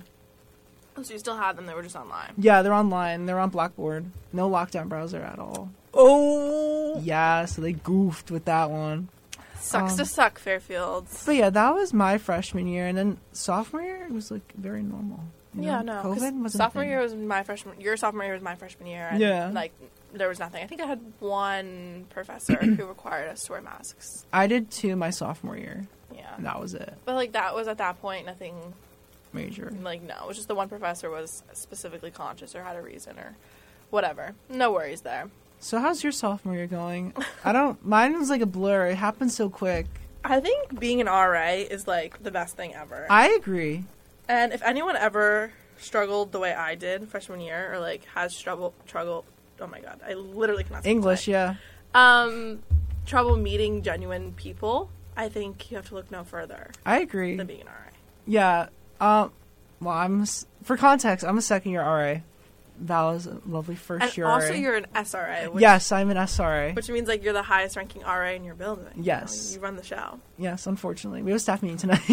[SPEAKER 1] Oh, so you still have them? They were just online.
[SPEAKER 3] Yeah, they're online. They're on Blackboard. No lockdown browser at all.
[SPEAKER 1] Oh,
[SPEAKER 3] Yeah, so they goofed with that one.
[SPEAKER 1] sucks
[SPEAKER 3] Um,
[SPEAKER 1] to suck, Fairfields.
[SPEAKER 3] But yeah, that was my freshman year, and then sophomore year it was like very normal. you
[SPEAKER 1] Yeah,
[SPEAKER 3] know?
[SPEAKER 1] no. 'cause
[SPEAKER 3] COVID was
[SPEAKER 1] sophomore year was my freshman. Your sophomore year was my freshman year. And,
[SPEAKER 3] Yeah.
[SPEAKER 1] Like there was nothing. I think I had one professor
[SPEAKER 3] <clears throat>
[SPEAKER 1] who required us to wear masks.
[SPEAKER 3] I did two my sophomore year.
[SPEAKER 1] Yeah.
[SPEAKER 3] And that was it.
[SPEAKER 1] But like that was at that point nothing.
[SPEAKER 3] Major.
[SPEAKER 1] Like no, it was just the one professor was specifically conscious or had a reason or whatever. No worries there.
[SPEAKER 3] So how's your sophomore year going? I don't. Mine was like a blur. It happened so quick.
[SPEAKER 1] I think being an RA is like the best thing ever.
[SPEAKER 3] I agree.
[SPEAKER 1] And if anyone ever struggled the way I did freshman year, or like has struggle, struggle. Oh my god, I literally cannot speak
[SPEAKER 3] English,
[SPEAKER 1] today.
[SPEAKER 3] yeah.
[SPEAKER 1] Um, trouble meeting genuine people. I think you have to look no further
[SPEAKER 3] I agree.
[SPEAKER 1] than being an RA.
[SPEAKER 3] Yeah. Um. Well, I'm s- for context. I'm a second year RA. That was a lovely first
[SPEAKER 1] And
[SPEAKER 3] year.
[SPEAKER 1] also,
[SPEAKER 3] RA.
[SPEAKER 1] you're an SRA. Which,
[SPEAKER 3] yes, I'm an SRA.
[SPEAKER 1] Which means like you're the highest ranking RA in your building. you
[SPEAKER 3] Yes.
[SPEAKER 1] know, You run the show.
[SPEAKER 3] yes, unfortunately, we have a staff meeting tonight.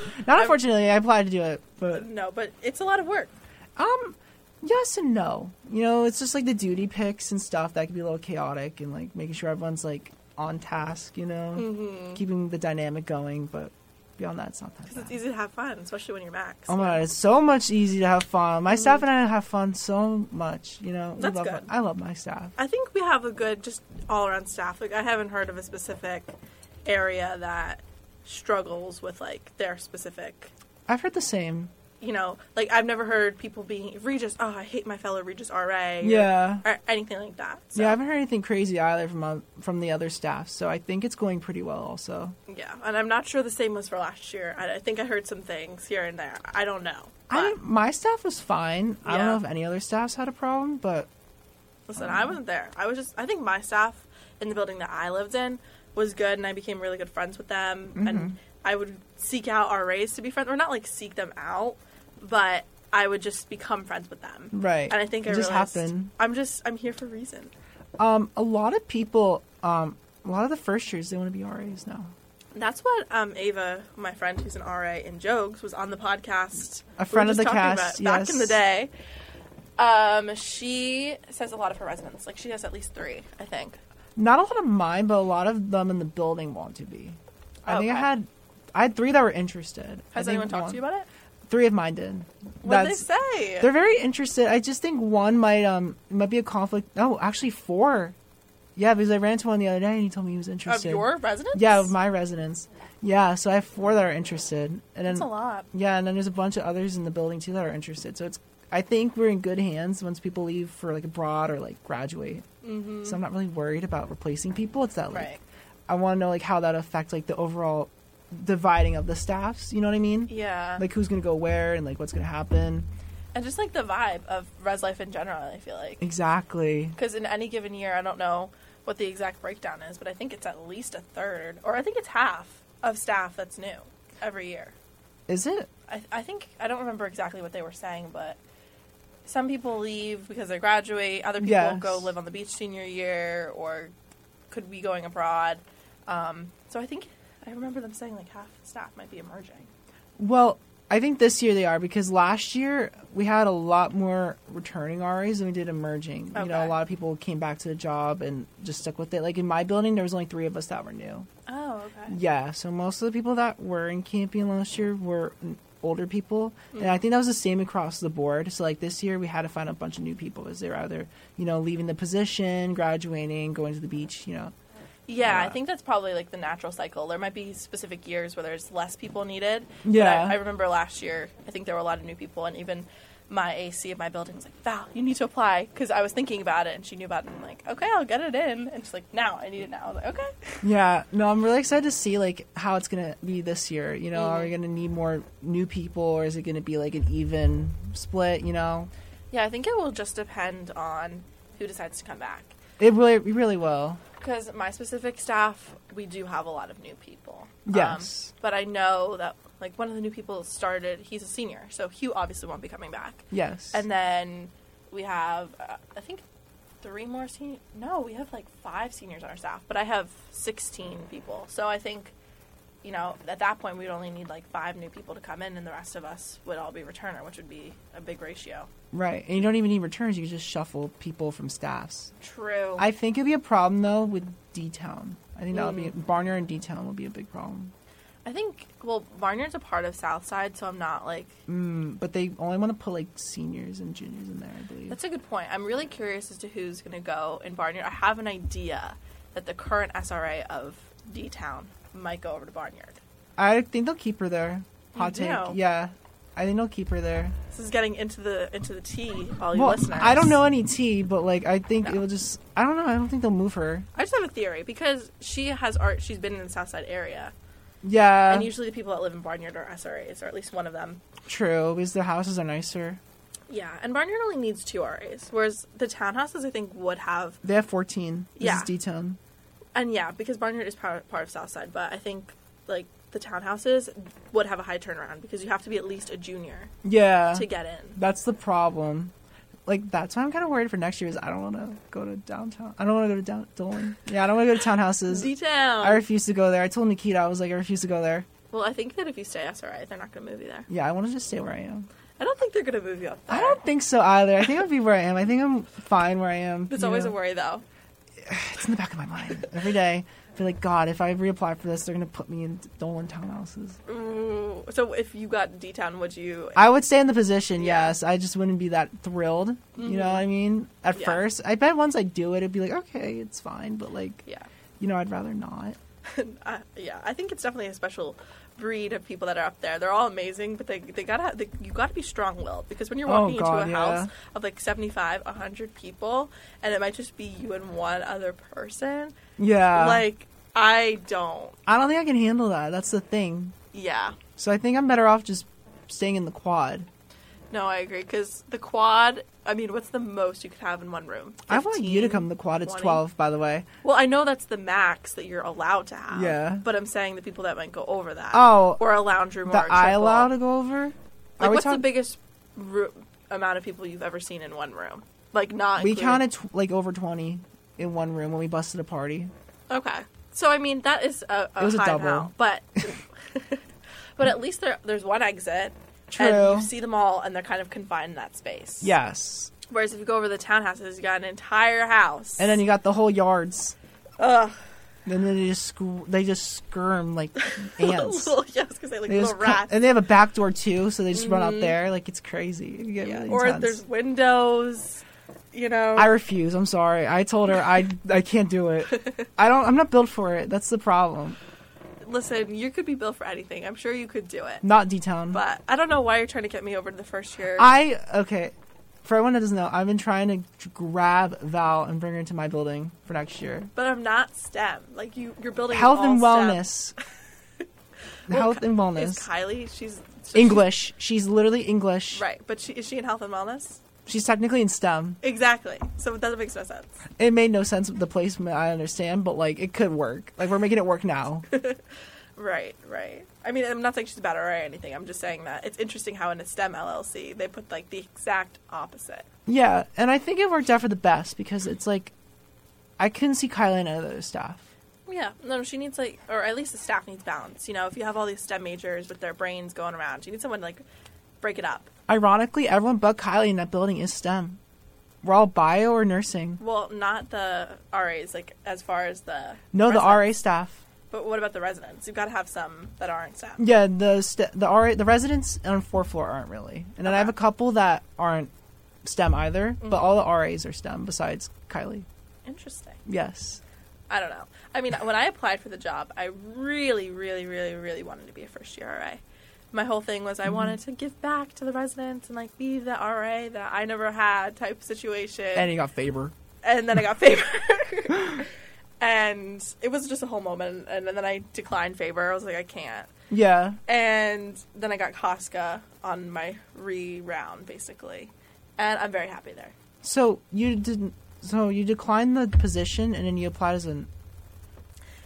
[SPEAKER 3] <laughs> Not unfortunately, I applied to do it, but
[SPEAKER 1] No, but it's a lot of work.
[SPEAKER 3] Um, yes and no. You know, it's just like the duty picks and stuff that can be a little chaotic, and like making sure everyone's like on task. You know, keeping the dynamic going. But beyond that, it's not that.
[SPEAKER 1] 'Cause Mm-hmm. It's
[SPEAKER 3] Bad.
[SPEAKER 1] easy to have fun, especially when you're max.
[SPEAKER 3] Oh my god, it's so much easy to have fun. My staff and I have fun so much. You know, we
[SPEAKER 1] Mm-hmm. That's
[SPEAKER 3] love
[SPEAKER 1] good.
[SPEAKER 3] I love my staff.
[SPEAKER 1] I think we have a good just all around staff. Like I haven't heard of a specific area that struggles with like their specific
[SPEAKER 3] I've heard the same.
[SPEAKER 1] you know, like I've never heard people being Regis, oh I hate my fellow Regis RA
[SPEAKER 3] Yeah.
[SPEAKER 1] or, or anything like that. So,
[SPEAKER 3] Yeah, I haven't heard anything crazy either from uh, from the other staff, so I think it's going pretty well. Also,
[SPEAKER 1] yeah. And I'm not sure the same was for last year. I, I think I heard some things here and there. I don't know.
[SPEAKER 3] I
[SPEAKER 1] But,
[SPEAKER 3] didn't- my staff was fine. I don't
[SPEAKER 1] Yeah.
[SPEAKER 3] know if any other staffs had a problem, but
[SPEAKER 1] listen, I wasn't there. I was just I think my staff in the building that I lived in was good and I became really good friends with them
[SPEAKER 3] Mm-hmm.
[SPEAKER 1] and I would seek out RAs to be friends or not like seek them out, but I would just become friends with them.
[SPEAKER 3] Right.
[SPEAKER 1] And I think
[SPEAKER 3] It
[SPEAKER 1] I
[SPEAKER 3] just
[SPEAKER 1] realized
[SPEAKER 3] happened.
[SPEAKER 1] I'm just I'm here for a reason.
[SPEAKER 3] Um, a lot of people, um, a lot of the first years, they want to be RAs now.
[SPEAKER 1] That's what um, Ava, my friend who's an RA in Jogs, was on the podcast.
[SPEAKER 3] A friend of
[SPEAKER 1] just
[SPEAKER 3] the
[SPEAKER 1] talking
[SPEAKER 3] cast,
[SPEAKER 1] about back
[SPEAKER 3] yes.
[SPEAKER 1] in the day. Um, she says a lot of her residents. Like she has at least three, I think.
[SPEAKER 3] Not a lot of mine, but a lot of them in the building want to be. I think I
[SPEAKER 1] Okay.
[SPEAKER 3] had, I had three that were interested.
[SPEAKER 1] Has anyone talked to you about it?
[SPEAKER 3] it? Three of mine did.
[SPEAKER 1] What did they say?
[SPEAKER 3] They're very interested. I just think one might, um, it might be a conflict. Oh, actually four. Yeah, because I ran into one the other day and he told me he was
[SPEAKER 1] of
[SPEAKER 3] interested.
[SPEAKER 1] your residents?
[SPEAKER 3] Yeah, of my residents. Yeah, so I have four that are interested, and then
[SPEAKER 1] That's a lot.
[SPEAKER 3] Yeah, and then there's a bunch of others in the building too that are interested. So it's I think we're in good hands once people leave for like abroad or like graduate. Mm-hmm. So I'm not really worried about replacing people. It's that like
[SPEAKER 1] Right.
[SPEAKER 3] I want to know like how that affects like the overall dividing of the staffs. You know what I mean?
[SPEAKER 1] Yeah.
[SPEAKER 3] Like who's gonna go where and like what's gonna happen.
[SPEAKER 1] and just like the vibe of res life in general, I feel like.
[SPEAKER 3] Exactly.
[SPEAKER 1] Because in any given year, I don't know what the exact breakdown is, but I think it's at least a third, or I think it's half of staff that's new every year.
[SPEAKER 3] Is it?
[SPEAKER 1] I, I think I don't remember exactly what they were saying, but some people leave because they graduate. Other people
[SPEAKER 3] Yes.
[SPEAKER 1] go live on the beach senior year, or could be going abroad. Um, so I think I remember them saying like half the staff might be emerging.
[SPEAKER 3] Well, I think this year they are because last year we had a lot more returning RAs than we did emerging. You know,
[SPEAKER 1] Okay.
[SPEAKER 3] a lot of people came back to the job and just stuck with it. Like in my building, there was only three of us that were new.
[SPEAKER 1] Oh, okay.
[SPEAKER 3] Yeah, so most of the people that were in camping last year were n- older people, and I think that was the same across the board. So like this year, we had to find a bunch of new people because they were either you know leaving the position, graduating, going to the beach. You know,
[SPEAKER 1] Yeah, I
[SPEAKER 3] Yeah.
[SPEAKER 1] think that's probably like the natural cycle. There might be specific years where there's less people needed. but
[SPEAKER 3] Yeah.
[SPEAKER 1] I, I remember last year, I think there were a lot of new people, and even my AC of my building was like, Val, you need to apply. Because I was thinking about it, and she knew about it, and I'm like, okay, I'll get it in. And she's like, now, I need it now. I was like, okay.
[SPEAKER 3] Yeah, no, I'm really excited to see like how it's gonna be this year. You know, are we gonna need more new people, or is it gonna be like an even split? You know,
[SPEAKER 1] Yeah, I think it will just depend on who decides to come back.
[SPEAKER 3] it really, it really will.
[SPEAKER 1] Because my specific staff, we do have a lot of new people.
[SPEAKER 3] Yes.
[SPEAKER 1] Um, but I know that, like, one of the new people started, he's a senior, so Hugh obviously won't be coming back.
[SPEAKER 3] Yes,
[SPEAKER 1] And then we have, uh, I think, three more seniors. No, we have like five seniors on our staff, but I have 16 people. So I think, you know, at that point, we'd only need like five new people to come in, and the rest of us would all be returner, which would be a big ratio.
[SPEAKER 3] right, and you don't even need returns; you can just shuffle people from staffs.
[SPEAKER 1] True.
[SPEAKER 3] I think it'll be a problem though with D Town. I think that'll be
[SPEAKER 1] Mm.
[SPEAKER 3] Barner and D Town will be a big problem.
[SPEAKER 1] I think, well, Barnard's a part of Southside, so I'm not like.
[SPEAKER 3] Mm, but they only want to put like seniors and juniors in there, I believe.
[SPEAKER 1] That's a good point. I'm really curious as to who's going to go in Barnyard. I have an idea that the current SRA of D Town might go over to Barnyard.
[SPEAKER 3] I think they'll keep her there. Hot
[SPEAKER 1] You
[SPEAKER 3] take,
[SPEAKER 1] do?
[SPEAKER 3] yeah. I think they'll keep her there.
[SPEAKER 1] This is getting into the into the tea, all you listeners.
[SPEAKER 3] I don't know any tea, but like I think
[SPEAKER 1] No.
[SPEAKER 3] it'll just I don't know, I don't think they'll move her.
[SPEAKER 1] I just have a theory because she has art. She's been in the South Side area,
[SPEAKER 3] Yeah.
[SPEAKER 1] and usually the people that live in Barnyard are SRAs, or at least one of them.
[SPEAKER 3] true, because the houses are nicer.
[SPEAKER 1] Yeah, and Barnyard only needs two RAs, whereas the townhouses I think would have.
[SPEAKER 3] They have fourteen. This
[SPEAKER 1] Yeah.
[SPEAKER 3] is D town.
[SPEAKER 1] And yeah, because Barnyard is part, part of South Side, but I think like the townhouses would have a high turnaround because you have to be at least a junior
[SPEAKER 3] Yeah.
[SPEAKER 1] to get in.
[SPEAKER 3] That's the problem. Like that's why I'm kinda worried for next year is I don't wanna go to downtown. I don't wanna go to down Dolan. Yeah, I don't wanna go to townhouses.
[SPEAKER 1] D
[SPEAKER 3] I
[SPEAKER 1] Town.
[SPEAKER 3] refuse to go there. I told Nikita I was like, I refuse to go there.
[SPEAKER 1] Well, I think that if you stay SRA, they're not going to move you there.
[SPEAKER 3] Yeah, I wanna just stay where I am.
[SPEAKER 1] I don't think they're going to move you up there.
[SPEAKER 3] I don't think so either. I think I'll be where I am. I think I'm fine where I am.
[SPEAKER 1] It's
[SPEAKER 3] you
[SPEAKER 1] always
[SPEAKER 3] know?
[SPEAKER 1] a worry though.
[SPEAKER 3] it's in the back of my mind every day. I feel like God, if I reapply for this, they're gonna put me in Dolan townhouses.
[SPEAKER 1] Ooh. Mm, So if you got D Town, would you?
[SPEAKER 3] I would stay in the position,
[SPEAKER 1] Yeah. Mm-hmm.
[SPEAKER 3] yes. I just wouldn't be that thrilled. You know what I mean? At
[SPEAKER 1] Yeah.
[SPEAKER 3] first, I bet once I do it, it'd be like okay, it's fine. But like,
[SPEAKER 1] Yeah, <laughs>
[SPEAKER 3] you know, I'd rather not.
[SPEAKER 1] I, yeah. I think it's definitely a special breed of people that are up there. They're all amazing, but they they gotta they, you gotta be strong willed because when you're
[SPEAKER 3] Oh,
[SPEAKER 1] walking
[SPEAKER 3] God,
[SPEAKER 1] into a
[SPEAKER 3] yeah.
[SPEAKER 1] house of like 75, 100 people, and it might just be you and one other person,
[SPEAKER 3] Yeah,
[SPEAKER 1] like I don't.
[SPEAKER 3] I don't think I can handle that. That's the thing.
[SPEAKER 1] Yeah,
[SPEAKER 3] So I think I'm better off just staying in the quad.
[SPEAKER 1] no, I agree. Because the quad, I mean, what's the most you could have in one room?
[SPEAKER 3] I want you to
[SPEAKER 1] 15?
[SPEAKER 3] come to the quad. It's
[SPEAKER 1] 20?
[SPEAKER 3] twelve, by the way.
[SPEAKER 1] Well, I know that's the max that you're allowed to have.
[SPEAKER 3] Yeah.
[SPEAKER 1] But I'm saying the people that might go over that.
[SPEAKER 3] Oh,
[SPEAKER 1] Or a lounge room. or
[SPEAKER 3] that
[SPEAKER 1] a
[SPEAKER 3] I
[SPEAKER 1] triple.
[SPEAKER 3] allow to go over.
[SPEAKER 1] Like,
[SPEAKER 3] Are we
[SPEAKER 1] what's the
[SPEAKER 3] talk-
[SPEAKER 1] biggest ru- amount of people you've ever seen in one room? Like, not
[SPEAKER 3] We
[SPEAKER 1] including-
[SPEAKER 3] counted tw- like over twenty in one room when we busted a party.
[SPEAKER 1] Okay. So I mean, that is a, a
[SPEAKER 3] It was a
[SPEAKER 1] high
[SPEAKER 3] double.
[SPEAKER 1] amount, but <laughs> but at least there there's one exit.
[SPEAKER 3] True.
[SPEAKER 1] And you see them all, and they're kind of confined in that space.
[SPEAKER 3] Yes.
[SPEAKER 1] Whereas if you go over the townhouses, you got an entire house.
[SPEAKER 3] And then you got the whole yards.
[SPEAKER 1] Ugh.
[SPEAKER 3] And then they just squ- they just
[SPEAKER 1] <laughs>
[SPEAKER 3] skirm like <laughs> ants.
[SPEAKER 1] little, yeah, I was gonna say like
[SPEAKER 3] They
[SPEAKER 1] little
[SPEAKER 3] just come-
[SPEAKER 1] rats. Mm-hmm.
[SPEAKER 3] and they have a back door too, so they just run out there. Like it's crazy. It can get
[SPEAKER 1] yeah.
[SPEAKER 3] really
[SPEAKER 1] or
[SPEAKER 3] intense.
[SPEAKER 1] there's windows. You know.
[SPEAKER 3] I refuse. I'm sorry. I told her I I can't
[SPEAKER 1] <laughs>
[SPEAKER 3] do it. I don't. I'm not built for it. That's the problem.
[SPEAKER 1] Listen, you could be built for anything. I'm sure you could do it.
[SPEAKER 3] Not D town.
[SPEAKER 1] But I don't know why you're trying to get me over to the first year.
[SPEAKER 3] I okay. For everyone that doesn't know, I've been trying to g- grab Val and bring her into my building for next year.
[SPEAKER 1] but I'm not STEM. Like you, you're building <laughs>
[SPEAKER 3] Health
[SPEAKER 1] all
[SPEAKER 3] and
[SPEAKER 1] STEM.
[SPEAKER 3] wellness. health and
[SPEAKER 1] Is
[SPEAKER 3] wellness.
[SPEAKER 1] Kylie? She's so
[SPEAKER 3] English. She's literally English.
[SPEAKER 1] she's- right? But she is she in health and wellness?
[SPEAKER 3] She's technically in STEM.
[SPEAKER 1] Exactly. So that makes no sense.
[SPEAKER 3] It made no sense with the placement. I understand, but like it could work. Like we're making it
[SPEAKER 1] <laughs>
[SPEAKER 3] work now.
[SPEAKER 1] Right, right. I mean, I'm not saying she's better or anything. I'm just saying that it's interesting how in a STEM LLC they put like the exact opposite.
[SPEAKER 3] yeah, and I think it worked out for the best because it's like I couldn't see Kylie in other stuff.
[SPEAKER 1] Yeah, no, she needs like, or at least the staff needs balance. You know, if you have all these STEM majors with their brains going around, you need someone to like break it up.
[SPEAKER 3] Ironically, everyone but Kylie in that building is STEM. We're all bio or nursing.
[SPEAKER 1] Well, not the RAs, like as far as the
[SPEAKER 3] No, the
[SPEAKER 1] residents.
[SPEAKER 3] RA staff.
[SPEAKER 1] But what about the residents? You've got to have some that aren't staff.
[SPEAKER 3] Yeah, the st- the RA, the residents on fourth floor aren't really, and then I have a couple that aren't STEM either. But all the RAs are STEM besides Kylie.
[SPEAKER 1] Interesting.
[SPEAKER 3] Yes,
[SPEAKER 1] I don't know. I mean, when I applied for the job, I really, really, really, really wanted to be a first year RA. My whole thing was I wanted to give back to the residents and like be the RA that I never had type situation.
[SPEAKER 3] and you got Faber.
[SPEAKER 1] and then I got Faber. <laughs> and it was just a whole moment. And then I declined Faber. I was like, I can't.
[SPEAKER 3] Yeah,
[SPEAKER 1] And then I got Costco on my re round, basically. And I'm very happy there.
[SPEAKER 3] so you didn't. So you declined the position, and then you applied as an.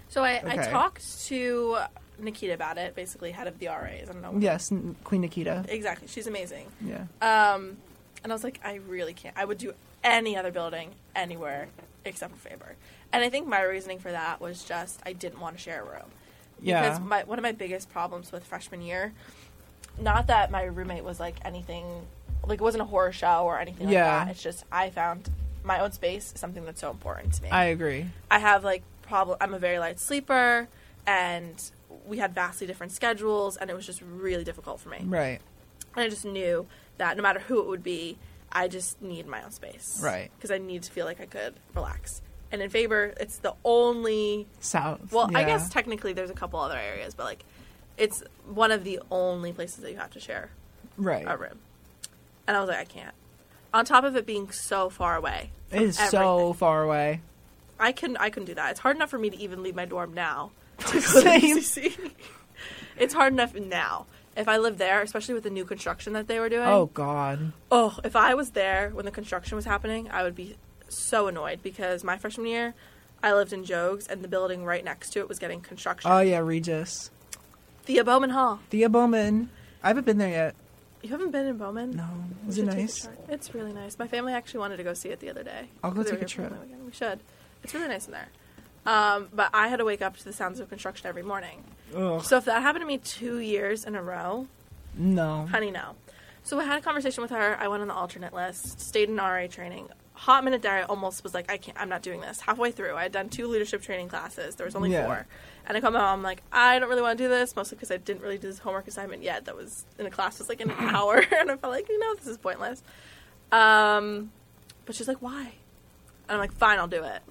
[SPEAKER 1] So I, I
[SPEAKER 3] Okay.
[SPEAKER 1] talked to Nikita about it, basically, head of the RAs. I don't know.
[SPEAKER 3] Yes, N- Queen Nikita.
[SPEAKER 1] Exactly. She's amazing.
[SPEAKER 3] Yeah.
[SPEAKER 1] Um, and I was like, I really can't. I would do any other building anywhere except for Faber. And I think my reasoning for that was just I didn't want to share a room.
[SPEAKER 3] Yeah.
[SPEAKER 1] Because my, one of my biggest problems with freshman year, not that my roommate was like anything, like it wasn't a horror show or anything
[SPEAKER 3] Yeah.
[SPEAKER 1] like that. It's just I found my own space is something that's so important to me.
[SPEAKER 3] I agree.
[SPEAKER 1] I have like problem. I'm a very light sleeper, and we had vastly different schedules, and it was just really difficult for me.
[SPEAKER 3] Right.
[SPEAKER 1] And I just knew that no matter who it would be, I just need my own space.
[SPEAKER 3] Right.
[SPEAKER 1] Because I need to feel like I could relax. And in Faber, it's the only.
[SPEAKER 3] South.
[SPEAKER 1] Well, I
[SPEAKER 3] yeah.
[SPEAKER 1] guess technically there's a couple other areas, but like, it's one of the only places that you have to share
[SPEAKER 3] right.
[SPEAKER 1] a room. And I was like, I can't. On top of it being so far away,
[SPEAKER 3] It is so
[SPEAKER 1] everything.
[SPEAKER 3] far away.
[SPEAKER 1] I couldn't. I couldn't do that. It's hard enough for me to even leave my dorm now. To go to
[SPEAKER 3] <laughs> Same.
[SPEAKER 1] UCC. it's hard enough now. If I lived there, especially with the new construction that they were doing.
[SPEAKER 3] Oh God.
[SPEAKER 1] Oh, if I was there when the construction was happening, I would be so annoyed because my freshman year, I lived in Jogues and the building right next to it was getting construction.
[SPEAKER 3] Oh yeah, Regis.
[SPEAKER 1] Thea Bowman Hall.
[SPEAKER 3] Thea Bowman. I haven't been there yet.
[SPEAKER 1] You haven't been in Bowman?
[SPEAKER 3] No.
[SPEAKER 1] We
[SPEAKER 3] Is it
[SPEAKER 1] should take a
[SPEAKER 3] nice?
[SPEAKER 1] trip. It's really nice. My family actually wanted to go see it the other day.
[SPEAKER 3] I'll go
[SPEAKER 1] They were
[SPEAKER 3] take a
[SPEAKER 1] here for
[SPEAKER 3] trip.
[SPEAKER 1] the weekend. We should. It's really nice in there. Um, but I had to wake up to the sounds of construction every morning.
[SPEAKER 3] Ugh.
[SPEAKER 1] So if that happened to me two years in a row,
[SPEAKER 3] No.
[SPEAKER 1] Honey, no. So I had a conversation with her. I went on the alternate list, stayed in RA training. Hot minute there, I almost was like, I can't, I'm not doing this. Halfway through, I had done two leadership training classes. There was only
[SPEAKER 3] Yeah.
[SPEAKER 1] four. And I come home, I'm like, I don't really want to do this, mostly because I didn't really do this homework assignment yet. That was in a class, was like an hour. <laughs> And I felt like, you know, this is pointless. Um, but she's like, why? And I'm like, fine, I'll do it.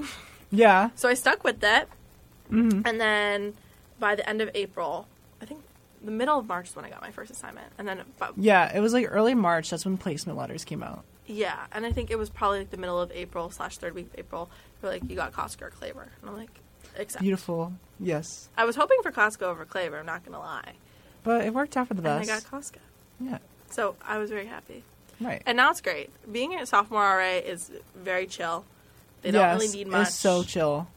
[SPEAKER 3] Yeah.
[SPEAKER 1] So I stuck with it.
[SPEAKER 3] Mm-hmm.
[SPEAKER 1] And then by the end of April, I think the middle of March is when I got my first assignment. And then bu-
[SPEAKER 3] Yeah, it was like early March. That's when placement letters came out.
[SPEAKER 1] Yeah, and I think it was probably like the middle of April slash third week of April. They're like, you got Costco or Claver, and I'm like, except
[SPEAKER 3] Beautiful. Yes.
[SPEAKER 1] I was hoping for Costco over Claver. I'm not gonna lie,
[SPEAKER 3] But it worked out for the
[SPEAKER 1] and I
[SPEAKER 3] best.
[SPEAKER 1] got Costco,
[SPEAKER 3] yeah.
[SPEAKER 1] so I was very happy.
[SPEAKER 3] Right.
[SPEAKER 1] And now it's great. Being a sophomore RA is very chill. They don't
[SPEAKER 3] yes,
[SPEAKER 1] really need much,
[SPEAKER 3] It's so chill.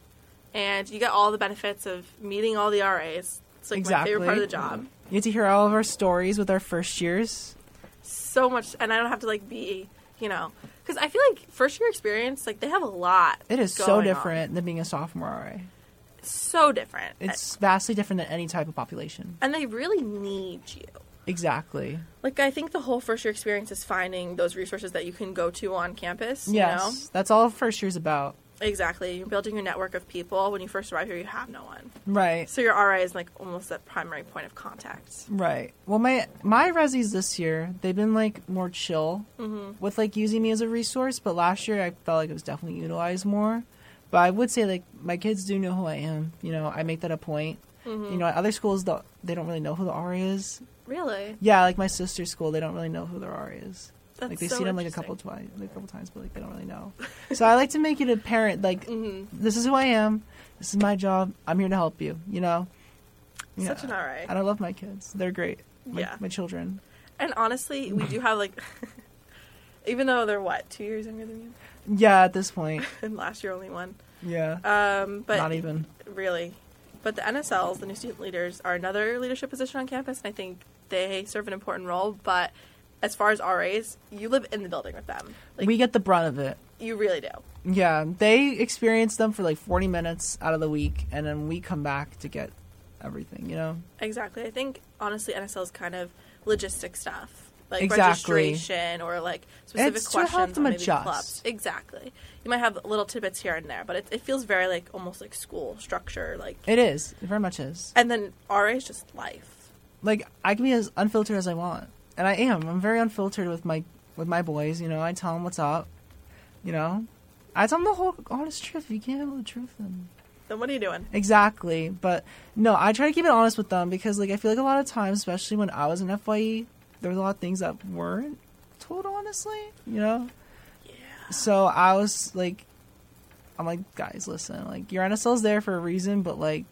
[SPEAKER 1] and you get all the benefits of meeting all the RAs. It's like
[SPEAKER 3] exactly.
[SPEAKER 1] my favorite part of the job.
[SPEAKER 3] You get to hear all of our stories with our first years.
[SPEAKER 1] So much, and I don't have to like be, you know, because I feel like first year experience, like they have a lot.
[SPEAKER 3] It is
[SPEAKER 1] going
[SPEAKER 3] so
[SPEAKER 1] on.
[SPEAKER 3] different than being a sophomore RA.
[SPEAKER 1] So different.
[SPEAKER 3] It's vastly different than any type of population.
[SPEAKER 1] and they really need you.
[SPEAKER 3] Exactly.
[SPEAKER 1] Like I think the whole first year experience is finding those resources that you can go to on campus.
[SPEAKER 3] Yes. That's all first year's about.
[SPEAKER 1] You know? Exactly. You're building your network of people. When you first arrive here you have no one.
[SPEAKER 3] Right.
[SPEAKER 1] So your RA is like almost that primary point of contact.
[SPEAKER 3] Right. Well, my my resis this year they've been like more chill with like using me as a resource, but last year I felt like it was definitely utilized more. But I would say like my kids do know who I am. You know, I make that a point. You know, at other schools the, they don't really know who the RA is.
[SPEAKER 1] Really?
[SPEAKER 3] Yeah, like my sister's school, they don't really know who the RA is.
[SPEAKER 1] That's
[SPEAKER 3] like they've
[SPEAKER 1] so
[SPEAKER 3] seen him like a
[SPEAKER 1] interesting.
[SPEAKER 3] couple twice, like a couple times, but like they don't really know. so I like to make it
[SPEAKER 1] Mm-hmm.
[SPEAKER 3] apparent, like this is who I am. This is my job. I'm here to help you. You know, you
[SPEAKER 1] Such an
[SPEAKER 3] know,
[SPEAKER 1] RA.
[SPEAKER 3] And I love my kids. They're great. My,
[SPEAKER 1] Yeah.
[SPEAKER 3] my children.
[SPEAKER 1] And honestly, we do have like, <laughs> even though they're what two years younger than you,
[SPEAKER 3] Yeah, at this point.
[SPEAKER 1] <laughs> and last year only one. <laughs>
[SPEAKER 3] Yeah.
[SPEAKER 1] Um, but
[SPEAKER 3] Not even.
[SPEAKER 1] really, but the NSLs, the new student leaders, are another leadership position on campus, and I think they serve an important role. But as far as RAs, you live in the building with them. Like
[SPEAKER 3] we get the brunt of it.
[SPEAKER 1] you really do.
[SPEAKER 3] Yeah, they experience them for like 40 minutes out of the week, and then we come back to get everything, you know?
[SPEAKER 1] Exactly. I think honestly, NSL is kind of logistic stuff, like
[SPEAKER 3] Exactly.
[SPEAKER 1] registration or like specific
[SPEAKER 3] It's to help
[SPEAKER 1] questions
[SPEAKER 3] them
[SPEAKER 1] on maybe
[SPEAKER 3] adjust.
[SPEAKER 1] clubs. Exactly. You might have little tidbits here and there, but it, it feels very like almost like school structure, like.
[SPEAKER 3] It is. It very much is.
[SPEAKER 1] and then RA is just life.
[SPEAKER 3] Like, I can be as unfiltered as I want. And I am. I'm very unfiltered with my with my boys, you know? I tell them what's up, you know? I tell them the whole honest truth. If you can't handle the truth, then
[SPEAKER 1] Then what are you doing?
[SPEAKER 3] Exactly. But no, I try to keep it honest with them because like I feel like a lot of times, especially when I was in FYE, there was a lot of things that weren't told honestly, you know? Yeah. So I was like I'm like, guys, listen, like your NSL's there for a reason, but like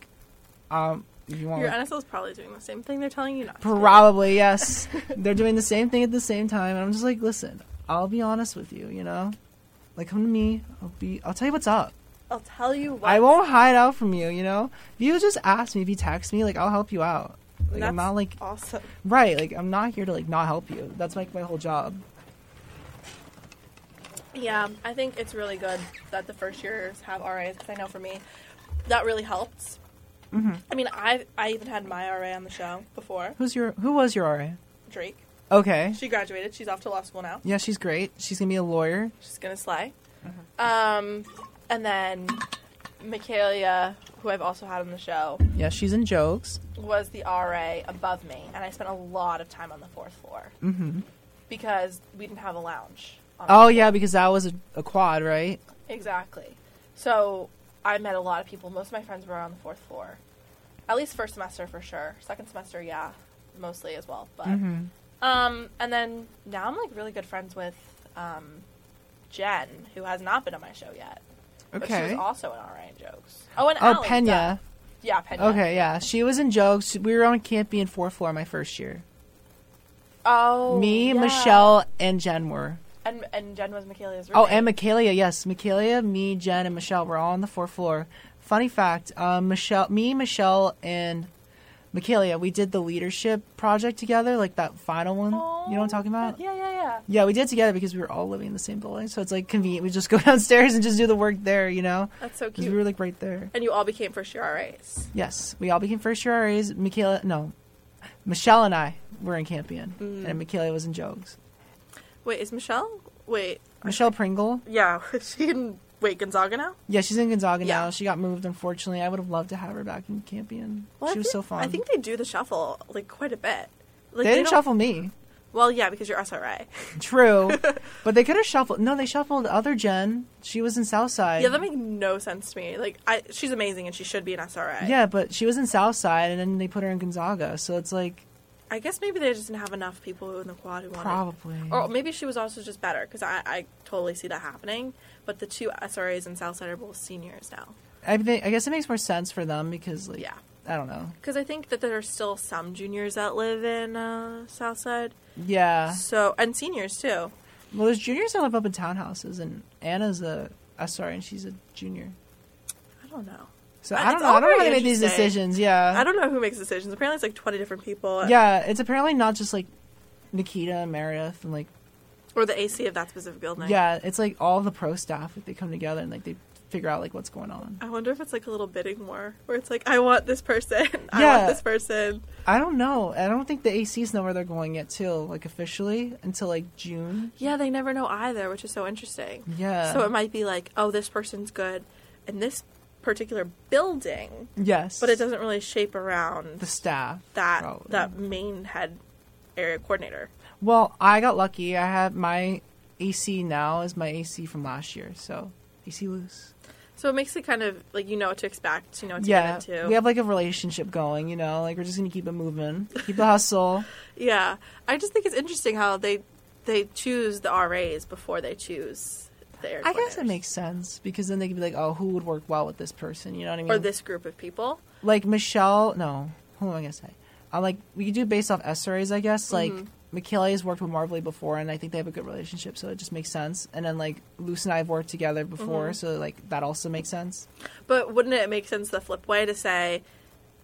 [SPEAKER 3] um if you want
[SPEAKER 1] Your NSL is probably doing the same thing they're telling you not. to do.
[SPEAKER 3] Probably, yes. They're doing the same thing at the same time. And I'm just like, listen, I'll be honest with you, you know? Like come to me, I'll be I'll tell you what's up.
[SPEAKER 1] I'll tell you what.
[SPEAKER 3] I won't hide out from you, you know? If you just ask me, if you text me, like, I'll help you out. Like,
[SPEAKER 1] That's
[SPEAKER 3] I'm not like,
[SPEAKER 1] awesome.
[SPEAKER 3] right, like, I'm not here to, like, not help you. That's, like, my whole job.
[SPEAKER 1] Yeah, I think it's really good that the first years have RAs because I know for me, that really helps.
[SPEAKER 3] Mm-hmm.
[SPEAKER 1] I mean, I I even had my RA on the show before
[SPEAKER 3] Who's your, who was your RA?
[SPEAKER 1] Drake.
[SPEAKER 3] Okay.
[SPEAKER 1] She graduated. She's off to law school now.
[SPEAKER 3] Yeah, she's great. She's gonna be a lawyer.
[SPEAKER 1] She's gonna slay.
[SPEAKER 3] Mm-hmm.
[SPEAKER 1] Um, and then Michaela, who I've also had on the show,
[SPEAKER 3] Yeah, she's in jokes.
[SPEAKER 1] was the RA above me, and I spent a lot of time on the fourth floor mm-hmm. because we didn't have a lounge. On our
[SPEAKER 3] Oh, yeah, because that was a, a quad, right?
[SPEAKER 1] Exactly. So I met a lot of people. Most of my friends were on the fourth floor, at least first semester for sure. Second semester, yeah, mostly as well. But
[SPEAKER 3] Mm-hmm.
[SPEAKER 1] um, and then now I'm like really good friends with um, Jen, who has not been on my show yet. But she was
[SPEAKER 3] Okay.
[SPEAKER 1] also in RA and jokes. Oh, and
[SPEAKER 3] Oh,
[SPEAKER 1] Allie,
[SPEAKER 3] Pena.
[SPEAKER 1] duh. Yeah, Pena.
[SPEAKER 3] Okay, yeah. She was in jokes. We were on Can't Be in fourth floor my first year.
[SPEAKER 1] Oh,
[SPEAKER 3] Me,
[SPEAKER 1] yeah.
[SPEAKER 3] Michelle, and Jen were.
[SPEAKER 1] and and Jen was Michaela's.
[SPEAKER 3] Oh,
[SPEAKER 1] roommate.
[SPEAKER 3] and Michaela, yes, Michaela, me, Jen, and Michelle were all on the fourth floor. Funny fact, um, Michelle, me, Michelle, and Michaela, we did the leadership project together, like that final one. you know what I'm talking about?
[SPEAKER 1] Oh, Yeah, yeah, yeah.
[SPEAKER 3] Yeah, we did it together because we were all living in the same building, so it's like convenient. We just go <laughs> downstairs and just do the work there, you know,
[SPEAKER 1] That's so
[SPEAKER 3] because
[SPEAKER 1] cute.
[SPEAKER 3] we were like right there.
[SPEAKER 1] and you all became first year RAs.
[SPEAKER 3] Yes, we all became first year RAs. Michaela, no, Michelle and I were in Campion,
[SPEAKER 1] Mm.
[SPEAKER 3] and Michaela was in Jogs.
[SPEAKER 1] Wait, is Michelle? Wait,
[SPEAKER 3] Michelle Pringle,
[SPEAKER 1] yeah, <laughs> is she in wait Gonzaga now?
[SPEAKER 3] Yeah, she's in Gonzaga
[SPEAKER 1] Yeah.
[SPEAKER 3] now. She got moved, unfortunately. I would have loved to have her back in Campion.
[SPEAKER 1] Well, I
[SPEAKER 3] she was
[SPEAKER 1] think-
[SPEAKER 3] so fun.
[SPEAKER 1] I think they do the shuffle like quite a bit. Like,
[SPEAKER 3] they, didn't
[SPEAKER 1] don't-
[SPEAKER 3] shuffle me.
[SPEAKER 1] Well, yeah, because you're SRA. <laughs>
[SPEAKER 3] True, but they could have shuffled. No, they shuffled other Jen. She was in Southside.
[SPEAKER 1] Yeah, that makes no sense to me. Like, I she's amazing and she should be an SRA.
[SPEAKER 3] Yeah, but she was in Southside, and then they put her in Gonzaga. So it's like
[SPEAKER 1] I guess maybe they just didn't have enough people in the quad who wanted.
[SPEAKER 3] probably.
[SPEAKER 1] Or maybe she was also just better because I, I totally see that happening. But the two SRAs in Southside are both seniors now.
[SPEAKER 3] I think I guess it makes more sense for them because like
[SPEAKER 1] Yeah.
[SPEAKER 3] I don't know.
[SPEAKER 1] Because I think that there are still some juniors that live in uh, Southside.
[SPEAKER 3] Yeah.
[SPEAKER 1] So and seniors too.
[SPEAKER 3] Well, there's juniors that live up in townhouses, and Anna's a SR, and she's a junior.
[SPEAKER 1] I don't know.
[SPEAKER 3] So
[SPEAKER 1] Uh,
[SPEAKER 3] I don't
[SPEAKER 1] it's
[SPEAKER 3] know. I
[SPEAKER 1] all
[SPEAKER 3] don't know how
[SPEAKER 1] very
[SPEAKER 3] they made these
[SPEAKER 1] interesting.
[SPEAKER 3] decisions. Yeah.
[SPEAKER 1] I don't know who makes decisions. Apparently, it's like twenty different people.
[SPEAKER 3] Uh-huh. Yeah, it's apparently not just like Nikita and Meredith and like
[SPEAKER 1] Or the AC of that specific building.
[SPEAKER 3] yeah, it's like all the pro staff like they come together and like they figure out like what's going on.
[SPEAKER 1] I wonder if it's like a little bidding war where it's like, I want this person, <laughs> I
[SPEAKER 3] Yeah.
[SPEAKER 1] want this person.
[SPEAKER 3] I don't know. I don't think the ACs know where they're going yet too, like officially until like June.
[SPEAKER 1] Yeah, they never know either, which is so interesting.
[SPEAKER 3] Yeah.
[SPEAKER 1] So it might be like, oh, this person's good in this particular building,
[SPEAKER 3] yes,
[SPEAKER 1] but it doesn't really shape around
[SPEAKER 3] the staff
[SPEAKER 1] that
[SPEAKER 3] probably.
[SPEAKER 1] that main head area coordinator.
[SPEAKER 3] Well, I got lucky. I have my AC now is my AC from last year, so AC loose.
[SPEAKER 1] So it makes it kind of like you know what to expect, you know what to
[SPEAKER 3] Yeah,
[SPEAKER 1] get into.
[SPEAKER 3] we have like a relationship going. You know, like we're just gonna keep it moving, keep the hustle.
[SPEAKER 1] yeah, I just think it's interesting how they they choose the RAs before they choose the area
[SPEAKER 3] I guess it
[SPEAKER 1] coordinators.
[SPEAKER 3] makes sense because then they could be like, oh, who would work well with this person? You know what I mean?
[SPEAKER 1] or this group of people.
[SPEAKER 3] like Michelle, no, Who am I gonna say? I'm like we could do based off SRAs, I guess. Like
[SPEAKER 1] Mm-hmm.
[SPEAKER 3] Michele has worked with Marvelly before, and I think they have a good relationship, so it just makes sense. And then like Luce and I have worked together before,
[SPEAKER 1] Mm-hmm.
[SPEAKER 3] so like that also makes sense.
[SPEAKER 1] But wouldn't it make sense the flip way to say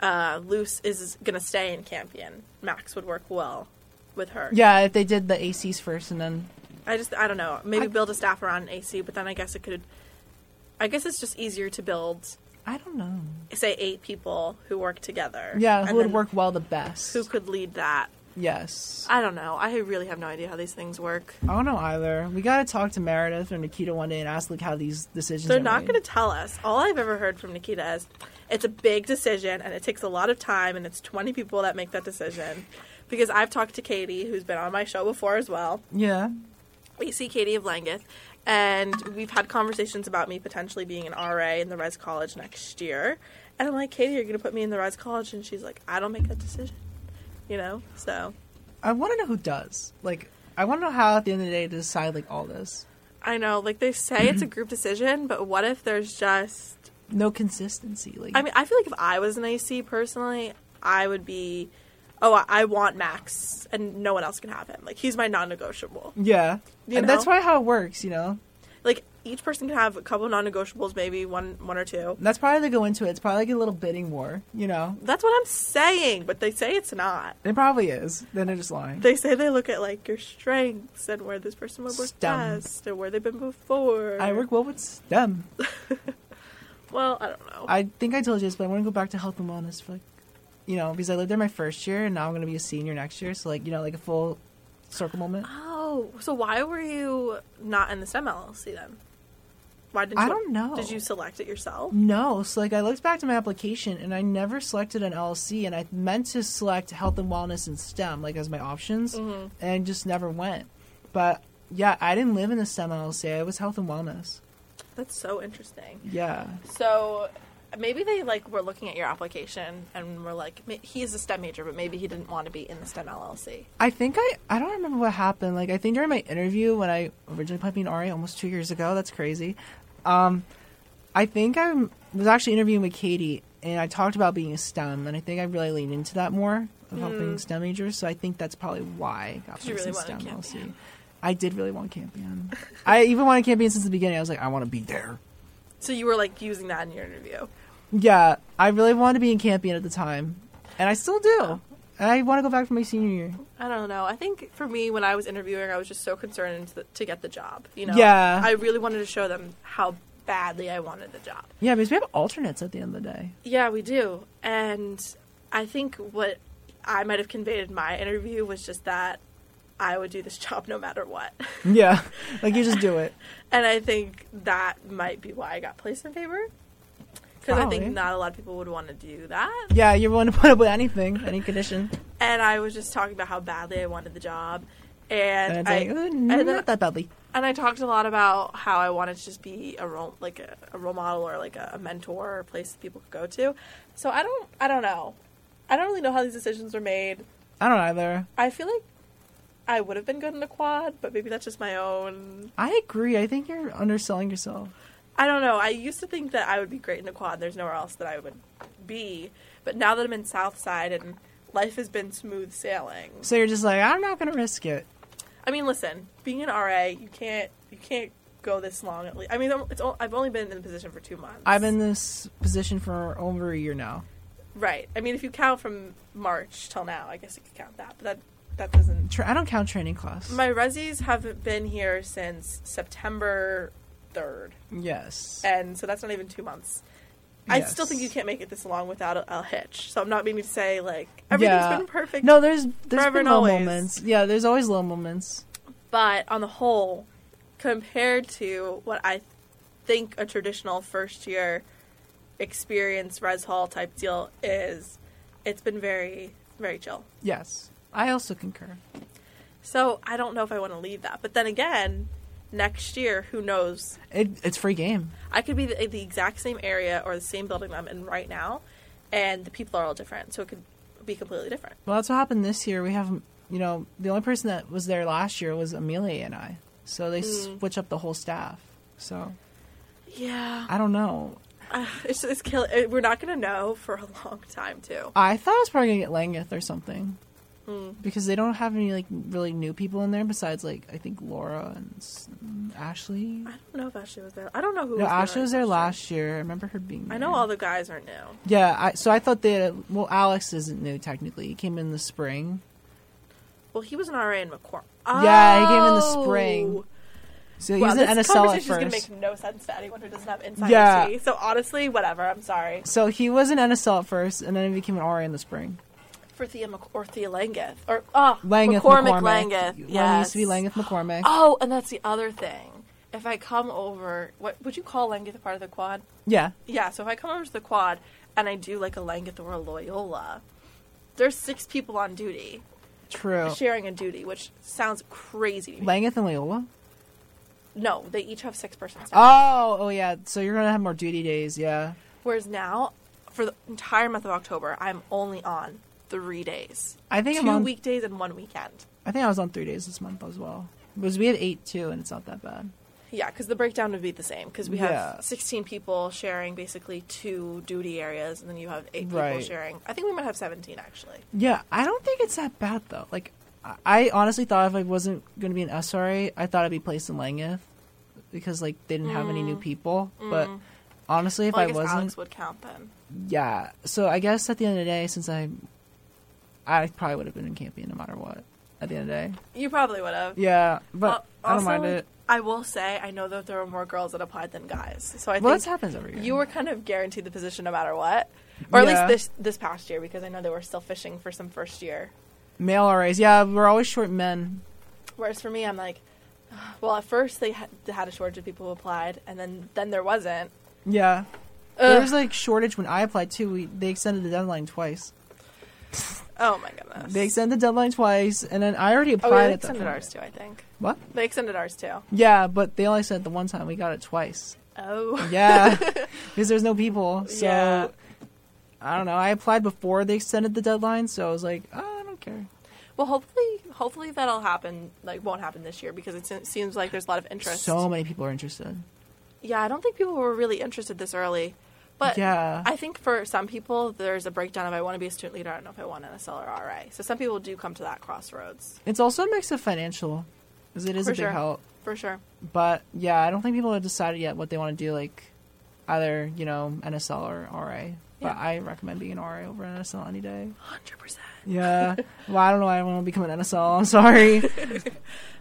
[SPEAKER 1] uh, Luce is going to stay in Campion? Max would work well with her.
[SPEAKER 3] Yeah, if they did the ACs first, and then
[SPEAKER 1] I just, I don't know. Maybe
[SPEAKER 3] I-
[SPEAKER 1] build a staff around AC, but then I guess it could. I guess it's just easier to build,
[SPEAKER 3] I don't know.
[SPEAKER 1] say, eight people who work together.
[SPEAKER 3] Yeah,
[SPEAKER 1] and
[SPEAKER 3] who would
[SPEAKER 1] then
[SPEAKER 3] work well the best?
[SPEAKER 1] Who could lead that?
[SPEAKER 3] yes,
[SPEAKER 1] I don't know. I really have no idea how these things work.
[SPEAKER 3] I don't know either. We gotta talk to Meredith or Nikita one day and ask like how these decisions.
[SPEAKER 1] They're
[SPEAKER 3] are
[SPEAKER 1] not
[SPEAKER 3] made.
[SPEAKER 1] going to tell us. All I've ever heard from Nikita is it's a big decision and it takes a lot of time and it's 20 people that make that decision. Because I've talked to Katie, who's been on my show before as well.
[SPEAKER 3] Yeah,
[SPEAKER 1] We see Katie of Langeth, and we've had conversations about me potentially being an RA in the Res College next year. And I'm like, Katie, you're going to put me in the Res College? And she's like, I don't make that decision. You know? So
[SPEAKER 3] I want to know who does. Like, I want to know how at the end of the day to decide like all this.
[SPEAKER 1] I know, like they say it's a group decision, but what if there's just
[SPEAKER 3] No consistency. Like,
[SPEAKER 1] I mean, I feel like if I was an AC personally, I would be, oh, I- I want Max, and no one else can have him. Like he's my non-negotiable.
[SPEAKER 3] yeah,
[SPEAKER 1] You
[SPEAKER 3] and that's
[SPEAKER 1] know?
[SPEAKER 3] probably how it works. You know,
[SPEAKER 1] Like each person can have a couple non-negotiables, maybe one, one or two.
[SPEAKER 3] that's probably how they go into it. It's probably like a little bidding war. You know,
[SPEAKER 1] That's what I'm saying, but they say it's not.
[SPEAKER 3] it probably is. Then they're just lying.
[SPEAKER 1] They say they look at like your strengths and where this person would work
[SPEAKER 3] STEM.
[SPEAKER 1] best and where they've been before.
[SPEAKER 3] I work well with STEM.
[SPEAKER 1] well. I don't know.
[SPEAKER 3] I think I told you this, but I want to go back to health and wellness for like, you know, because I lived there my first year, and now I'm going to be a senior next year. So like, you know, like a full circle moment.
[SPEAKER 1] oh, so why were you not in the STEM LLC then? Why didn't
[SPEAKER 3] I
[SPEAKER 1] you,
[SPEAKER 3] don't know.
[SPEAKER 1] Did you select it yourself?
[SPEAKER 3] No, so like I looked back to my application and I never selected an LLC, and I meant to select health and wellness and STEM like as my options, and just never went. But yeah, I didn't live in the STEM LLC. I was health and wellness.
[SPEAKER 1] That's so interesting.
[SPEAKER 3] Yeah,
[SPEAKER 1] So maybe they like were looking at your application and were like, "Ma- he is a STEM major, but maybe he didn't want to be in the STEM LLC.
[SPEAKER 3] I think I I don't remember what happened. Like I think during my interview when I originally applied to be an RA almost two years ago. That's crazy. Um, I think I was actually interviewing with Katie and I talked about being a STEM, and I think I really leaned into that more of helping STEM majors. So I think that's probably why I got
[SPEAKER 1] Mm. you
[SPEAKER 3] placed
[SPEAKER 1] really
[SPEAKER 3] in
[SPEAKER 1] wanted
[SPEAKER 3] STEM
[SPEAKER 1] Campion.
[SPEAKER 3] LC. I did really
[SPEAKER 1] <laughs>
[SPEAKER 3] want Campion. I even wanted Campion since the beginning. I was like, I want to be there.
[SPEAKER 1] So you were like using that in your interview.
[SPEAKER 3] Yeah, I really wanted to be in Campion at the time, and I still do. And I want to go back for my senior year.
[SPEAKER 1] I don't know. I think for me, when I was interviewing, I was just so concerned to, to get the job. You know,
[SPEAKER 3] Yeah.
[SPEAKER 1] I really wanted to show them how badly I wanted the job.
[SPEAKER 3] Yeah, because we have alternates at the end of the day.
[SPEAKER 1] Yeah, we do. And I think what I might have conveyed in my interview was just that I would do this <laughs> job no matter what.
[SPEAKER 3] Yeah, like you just do it.
[SPEAKER 1] And I think that might be why I got placed in favor. Because I
[SPEAKER 3] Probably.
[SPEAKER 1] think not a lot of people would want to do that.
[SPEAKER 3] Yeah, you're willing to put up with anything, any condition.
[SPEAKER 1] And I was just talking about how badly I wanted the job.
[SPEAKER 3] And
[SPEAKER 1] And
[SPEAKER 3] it's
[SPEAKER 1] I,
[SPEAKER 3] like, "Ooh,
[SPEAKER 1] and, then-
[SPEAKER 3] not that badly.
[SPEAKER 1] and I talked a lot about how I wanted to just be a role, like a, a role model or like a, a mentor or a place that people could go to. So I don't, I don't know. I don't really know how these decisions were made.
[SPEAKER 3] I don't either.
[SPEAKER 1] I feel like I would have been good in a quad, but maybe that's just my own.
[SPEAKER 3] I agree. I think you're underselling yourself.
[SPEAKER 1] I don't know. I used to think that I would be great in a quad. There's nowhere else that I would be. But now that I'm in Southside and life has been smooth sailing.
[SPEAKER 3] So you're just like, I'm not gonna risk it.
[SPEAKER 1] I mean, listen, being an RA, you can't you can't go this long at least. I mean, it's o- I've only been in the position for 2 months.
[SPEAKER 3] I'm in this position for over a year now.
[SPEAKER 1] Right. I mean, if you count from March till now, I guess you could count that. But that that doesn't
[SPEAKER 3] Tra- I don't count training class.
[SPEAKER 1] My resis haven't been here since September 3rd.
[SPEAKER 3] yes.
[SPEAKER 1] and so that's not even two months. I still
[SPEAKER 3] Yes.
[SPEAKER 1] think you can't make it this long without a, a hitch. So I'm not meaning to say like everything's
[SPEAKER 3] Yeah.
[SPEAKER 1] been perfect.
[SPEAKER 3] No, there's there's
[SPEAKER 1] Forever
[SPEAKER 3] been
[SPEAKER 1] and
[SPEAKER 3] low
[SPEAKER 1] always.
[SPEAKER 3] moments. Yeah, there's always low moments.
[SPEAKER 1] but on the whole, compared to what I think a traditional first year experience res hall type deal is, it's been very very chill.
[SPEAKER 3] Yes, I also concur.
[SPEAKER 1] So I don't know if I want to leave that. But then again, next year, who knows?
[SPEAKER 3] It, it's free game.
[SPEAKER 1] I could be the, the exact same area or the same building I'm in right now, and the people are all different. So it could be completely different.
[SPEAKER 3] Well, that's what happened this year. We have, you know, the only person that was there last year was Amelia and
[SPEAKER 1] Hmm.
[SPEAKER 3] I. So they switch up the whole staff. So
[SPEAKER 1] Yeah. <sighs>
[SPEAKER 3] I don't know.
[SPEAKER 1] It's, it's kill- it, we're not going to know for a long time, too.
[SPEAKER 3] I thought I was probably gonna get Langith or something
[SPEAKER 1] Hmm.
[SPEAKER 3] because they don't have any like really new people in there besides like I think Laura and S- Ashley.
[SPEAKER 1] I don't know if Ashley was there. I don't know who
[SPEAKER 3] No,
[SPEAKER 1] was
[SPEAKER 3] Ashley
[SPEAKER 1] there.
[SPEAKER 3] was there last year. I remember her being.
[SPEAKER 1] I know
[SPEAKER 3] there.
[SPEAKER 1] all the guys are new.
[SPEAKER 3] Yeah, I, so I thought that well, Alex isn't new technically. He came in the spring.
[SPEAKER 1] Well, he was an RA in McCormick.
[SPEAKER 3] Yeah, he came in the spring. So he
[SPEAKER 1] Wow,
[SPEAKER 3] was an
[SPEAKER 1] this
[SPEAKER 3] NSL
[SPEAKER 1] conversation
[SPEAKER 3] at
[SPEAKER 1] is going to
[SPEAKER 3] first.
[SPEAKER 1] make no sense to anyone who doesn't have insight.
[SPEAKER 3] Yeah.
[SPEAKER 1] Yeah. So honestly, whatever. I'm sorry.
[SPEAKER 3] So he was an NSL at first, and then he became an RA in the spring.
[SPEAKER 1] For Thea Mc- or Thea Langeth. Or, oh,
[SPEAKER 3] Langeth
[SPEAKER 1] McCormick,
[SPEAKER 3] McCormick.
[SPEAKER 1] Langeth.
[SPEAKER 3] When
[SPEAKER 1] Yes.
[SPEAKER 3] he used to be Langeth McCormick. <gasps>
[SPEAKER 1] Oh, and that's the other thing. If I come over, what would you call Langeth a part of the quad?
[SPEAKER 3] Yeah.
[SPEAKER 1] Yeah, so if I come over to the quad and I do like a Langeth or a Loyola, there's six people on duty,
[SPEAKER 3] True.
[SPEAKER 1] sharing a duty, which sounds crazy. to me.
[SPEAKER 3] Langeth and Loyola?
[SPEAKER 1] no, they each have six persons.
[SPEAKER 3] Oh, oh yeah. So you're gonna have more duty days, yeah.
[SPEAKER 1] Whereas now, for the entire month of October, I'm only on three days.
[SPEAKER 3] I think I'm
[SPEAKER 1] two
[SPEAKER 3] on-
[SPEAKER 1] weekdays and one weekend.
[SPEAKER 3] I think I was on three days this month as well. Because we have eight too, and it's not that bad.
[SPEAKER 1] Yeah, because the breakdown would be the same because we
[SPEAKER 3] Yeah.
[SPEAKER 1] have 16 people sharing basically two duty areas, and then you have eight people
[SPEAKER 3] Right.
[SPEAKER 1] sharing. I think we might have 17 actually.
[SPEAKER 3] Yeah, I don't think it's that bad though. Like, I- I honestly thought if I wasn't going to be an SRA, I thought I'd be placed in Langeth because like they didn't have any new people. But honestly, if
[SPEAKER 1] well, I,
[SPEAKER 3] I,
[SPEAKER 1] guess
[SPEAKER 3] wasn't,
[SPEAKER 1] Alex would count then.
[SPEAKER 3] yeah. So I guess at the end of the day, since I, I probably would have been in Campion no matter what. At the end of the day,
[SPEAKER 1] You probably would have.
[SPEAKER 3] yeah. But
[SPEAKER 1] Uh,
[SPEAKER 3] I
[SPEAKER 1] also,
[SPEAKER 3] don't mind it.
[SPEAKER 1] I will say I know that there were more girls that applied than guys, so I
[SPEAKER 3] Well,
[SPEAKER 1] think
[SPEAKER 3] this happens every year.
[SPEAKER 1] you were kind of guaranteed the position no matter what, or at
[SPEAKER 3] Yeah.
[SPEAKER 1] least this this past year because I know they were still fishing for some first year.
[SPEAKER 3] male RAs. Yeah, we're always short men.
[SPEAKER 1] Whereas for me, I'm like, <sighs> well, at first they ha- had a shortage of people who applied, and then then there wasn't.
[SPEAKER 3] Yeah. There
[SPEAKER 1] Ugh.
[SPEAKER 3] was like shortage when I applied too. We, they extended the deadline twice.
[SPEAKER 1] Oh my goodness.
[SPEAKER 3] They extended the deadline twice, and then I already
[SPEAKER 1] oh,
[SPEAKER 3] applied.
[SPEAKER 1] yeah, they
[SPEAKER 3] at that
[SPEAKER 1] extended
[SPEAKER 3] point.
[SPEAKER 1] ours too. I think
[SPEAKER 3] What?
[SPEAKER 1] they extended ours too.
[SPEAKER 3] Yeah, but they only said the one time we got it twice.
[SPEAKER 1] Oh, <laughs>
[SPEAKER 3] Yeah, because there's no people. So
[SPEAKER 1] Yeah.
[SPEAKER 3] I don't know. I applied before they extended the deadline, so I was like, oh, I don't care.
[SPEAKER 1] Well, hopefully, hopefully that'll happen. Like, won't happen this year because it se- seems like there's a lot of interest.
[SPEAKER 3] So many people are interested.
[SPEAKER 1] Yeah, I don't think people were really interested this early. But
[SPEAKER 3] Yeah.
[SPEAKER 1] I think for some people, there's a breakdown of I want to be a student leader. I don't know if I want NSL or RA. So some people do come to that crossroads
[SPEAKER 3] It's also a mix of financial, because it is
[SPEAKER 1] For
[SPEAKER 3] a big
[SPEAKER 1] sure.
[SPEAKER 3] help.
[SPEAKER 1] for sure.
[SPEAKER 3] But yeah, I don't think people have decided yet what they want to do. Like either you know NSL or RA. But
[SPEAKER 1] Yeah.
[SPEAKER 3] I recommend being an RA over an NSL
[SPEAKER 1] <laughs>
[SPEAKER 3] any day.
[SPEAKER 1] Hundred percent.
[SPEAKER 3] Yeah. well, I don't know. why I want to become an NSL.
[SPEAKER 1] <laughs>
[SPEAKER 3] I'm sorry.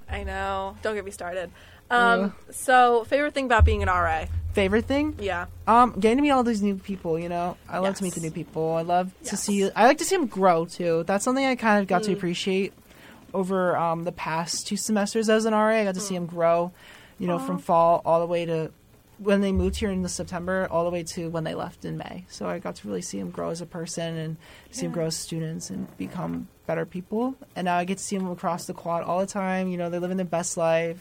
[SPEAKER 1] I know. Don't get me started. Um,
[SPEAKER 3] Ugh.
[SPEAKER 1] so favorite thing about being an RA?
[SPEAKER 3] Favorite thing?
[SPEAKER 1] Yeah.
[SPEAKER 3] Um, getting to meet all these new people, you know, I love to meet the
[SPEAKER 1] Yes.
[SPEAKER 3] new people. I love to
[SPEAKER 1] Yes. Mm.
[SPEAKER 3] see. I like to see them grow too. That's something I kind of got to appreciate over um, the past two semesters as an RA. I got to see
[SPEAKER 1] Mm.
[SPEAKER 3] them grow, you know, from fall all the way to when they moved here in the September, all the way to when they left in May. So I got to really see them grow as a person and see them
[SPEAKER 1] Yeah.
[SPEAKER 3] grow as students and become better people. And now I get to see them across the quad all the time. You know, they're living their best life.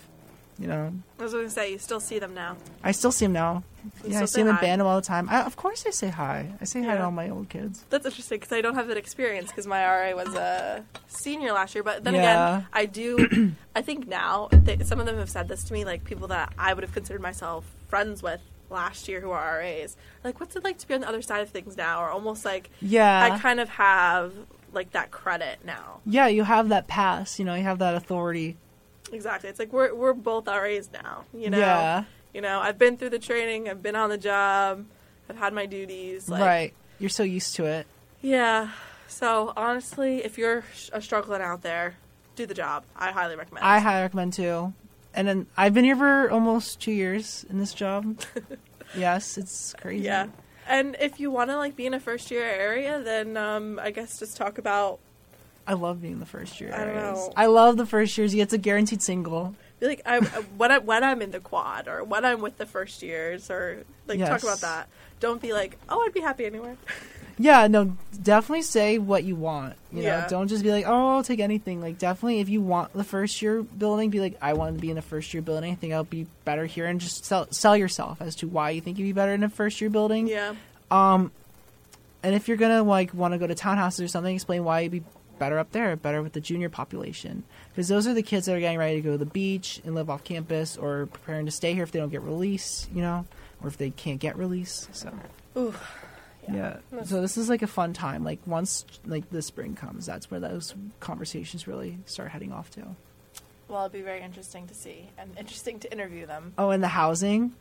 [SPEAKER 3] You know,
[SPEAKER 1] I was going to say you still see them now.
[SPEAKER 3] I still see him now.
[SPEAKER 1] You
[SPEAKER 3] yeah, I
[SPEAKER 1] still
[SPEAKER 3] see
[SPEAKER 1] say
[SPEAKER 3] him in
[SPEAKER 1] hi?
[SPEAKER 3] Bandham all the time. I, of course, I say hi. I say hi to
[SPEAKER 1] Yeah.
[SPEAKER 3] all my old kids.
[SPEAKER 1] That's interesting because I don't have that experience because my RA was a senior last year. But then
[SPEAKER 3] Yeah.
[SPEAKER 1] again, I do. <clears throat> I think now they, some of them have said this to me, like people that I would have considered myself friends with last year who are RAs. Like, what's it like to be on the other side of things now? Or almost like
[SPEAKER 3] Yeah,
[SPEAKER 1] I kind of have like that credit now.
[SPEAKER 3] yeah. You have that pass. You know, you have that authority.
[SPEAKER 1] Exactly. It's like we're we're both RAs now. You know.
[SPEAKER 3] Yeah.
[SPEAKER 1] You know, I've been through the training. I've been on the job. I've had my duties. Like,
[SPEAKER 3] right. You're so used to it.
[SPEAKER 1] Yeah. So honestly, if you're sh- uh, struggling out there, do the job. I highly recommend.
[SPEAKER 3] I
[SPEAKER 1] it.
[SPEAKER 3] highly recommend too. And then I've been here for almost two years in this
[SPEAKER 1] <laughs>
[SPEAKER 3] job. yes, it's crazy.
[SPEAKER 1] yeah. And if you want to like be in a first year area, then um, I guess just talk about
[SPEAKER 3] I love being the first year.
[SPEAKER 1] I don't
[SPEAKER 3] areas.
[SPEAKER 1] know.
[SPEAKER 3] I love the first years. You get a guaranteed single.
[SPEAKER 1] be like I, when I when I'm in the quad or when I'm with the first years or like talk
[SPEAKER 3] Yes.
[SPEAKER 1] about that. Don't be like, oh, I'd be happy anywhere. <laughs>
[SPEAKER 3] Yeah, no, definitely say what you want. You know,
[SPEAKER 1] Yeah.
[SPEAKER 3] don't just be like, oh, I'll take anything. Like, definitely, if you want the first year building, be like, I want to be in the first year building. I think I'll be better here, and just sell sell yourself as to why you think you'd be better in a first year building.
[SPEAKER 1] yeah.
[SPEAKER 3] And if you're gonna like want to go to townhouses or something, explain why you'd be better up there, better with the junior population, because those are the kids that are getting ready to go to the beach and live off campus, or preparing to stay here if they don't get released. You know, or if they can't get release. So
[SPEAKER 1] Ooh.
[SPEAKER 3] yeah. So this is like a fun time. Like once like the spring comes, that's where those conversations really start heading off to.
[SPEAKER 1] Well, it'll be very interesting to see and interesting to interview them.
[SPEAKER 3] Oh, and the housing.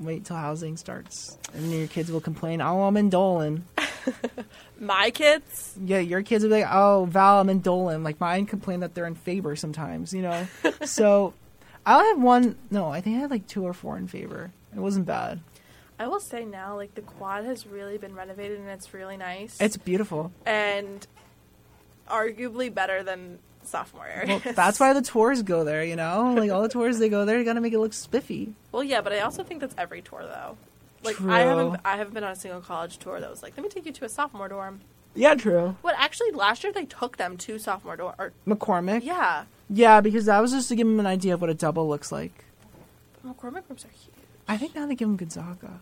[SPEAKER 3] Wait till housing starts, and then your kids will complain. Oh, I'm in Dolan.
[SPEAKER 1] My kids?
[SPEAKER 3] Yeah, your kids will be like, "Oh, Val, I'm in Dolan." Like mine complain that they're in Faber sometimes, you know. so, I'll have one. No, I think I had like two or four in Faber. It wasn't bad.
[SPEAKER 1] I will say now, like, the quad has really been renovated and it's really nice.
[SPEAKER 3] It's beautiful.
[SPEAKER 1] and arguably better than sophomore year. <laughs>
[SPEAKER 3] Well, that's why the tours go there, you know. Like all the tours, they go there. You gotta make it look spiffy.
[SPEAKER 1] Well, yeah, but I also think that's every tour though. Like I haven't
[SPEAKER 3] True.
[SPEAKER 1] I haven't been on a single college tour that was like, let me take you to a sophomore dorm.
[SPEAKER 3] Yeah, true.
[SPEAKER 1] What actually last year they took them to sophomore dorm. Or,
[SPEAKER 3] McCormick.
[SPEAKER 1] yeah,
[SPEAKER 3] Yeah, because that was just to give him an idea of what a double looks like.
[SPEAKER 1] McCormick rooms are huge.
[SPEAKER 3] I think now they give him Gonzaga.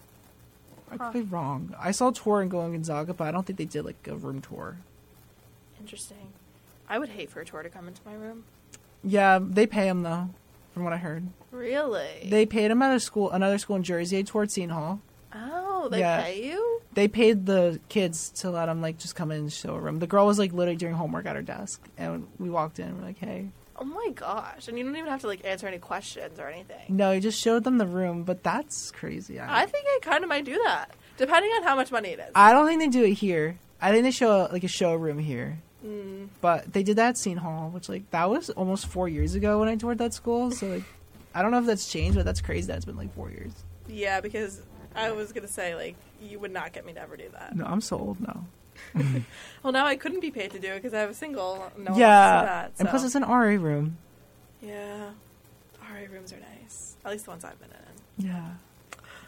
[SPEAKER 3] I
[SPEAKER 1] Huh.
[SPEAKER 3] could be wrong. I saw a tour and going Gonzaga, but I don't think they did like a room tour.
[SPEAKER 1] Interesting. I would hate for a tour to come into my room.
[SPEAKER 3] Yeah, they pay him though, from what I heard.
[SPEAKER 1] Really?
[SPEAKER 3] They paid him at a school, another school in Jersey, toward Seton Hall.
[SPEAKER 1] oh, they
[SPEAKER 3] Yeah.
[SPEAKER 1] pay you?
[SPEAKER 3] They paid the kids to let him like just come in and show a room. The girl was like literally doing homework at her desk, and we walked in. and We're like, hey,
[SPEAKER 1] Oh my gosh! And you don't even have to like answer any questions or anything.
[SPEAKER 3] no, he just showed them the room, but that's crazy. I,
[SPEAKER 1] I think I kind of might do that, depending on how much money it is.
[SPEAKER 3] I don't think they do it here. I think they show like a showroom here.
[SPEAKER 1] Mm.
[SPEAKER 3] But they did that at Seton Hall, which like that was almost four years ago when I toured that school. So like, I don't know if that's changed, but that's crazy. That's been like four years.
[SPEAKER 1] Yeah, because I was gonna say like you would not get me to ever do that.
[SPEAKER 3] No, I'm so old now.
[SPEAKER 1] Well, now I couldn't be paid to do it because I was single. No one
[SPEAKER 3] yeah,
[SPEAKER 1] else did that,
[SPEAKER 3] and plus
[SPEAKER 1] so-
[SPEAKER 3] it's an RA room.
[SPEAKER 1] yeah, RA rooms are nice. At least the ones I've been in.
[SPEAKER 3] Yeah,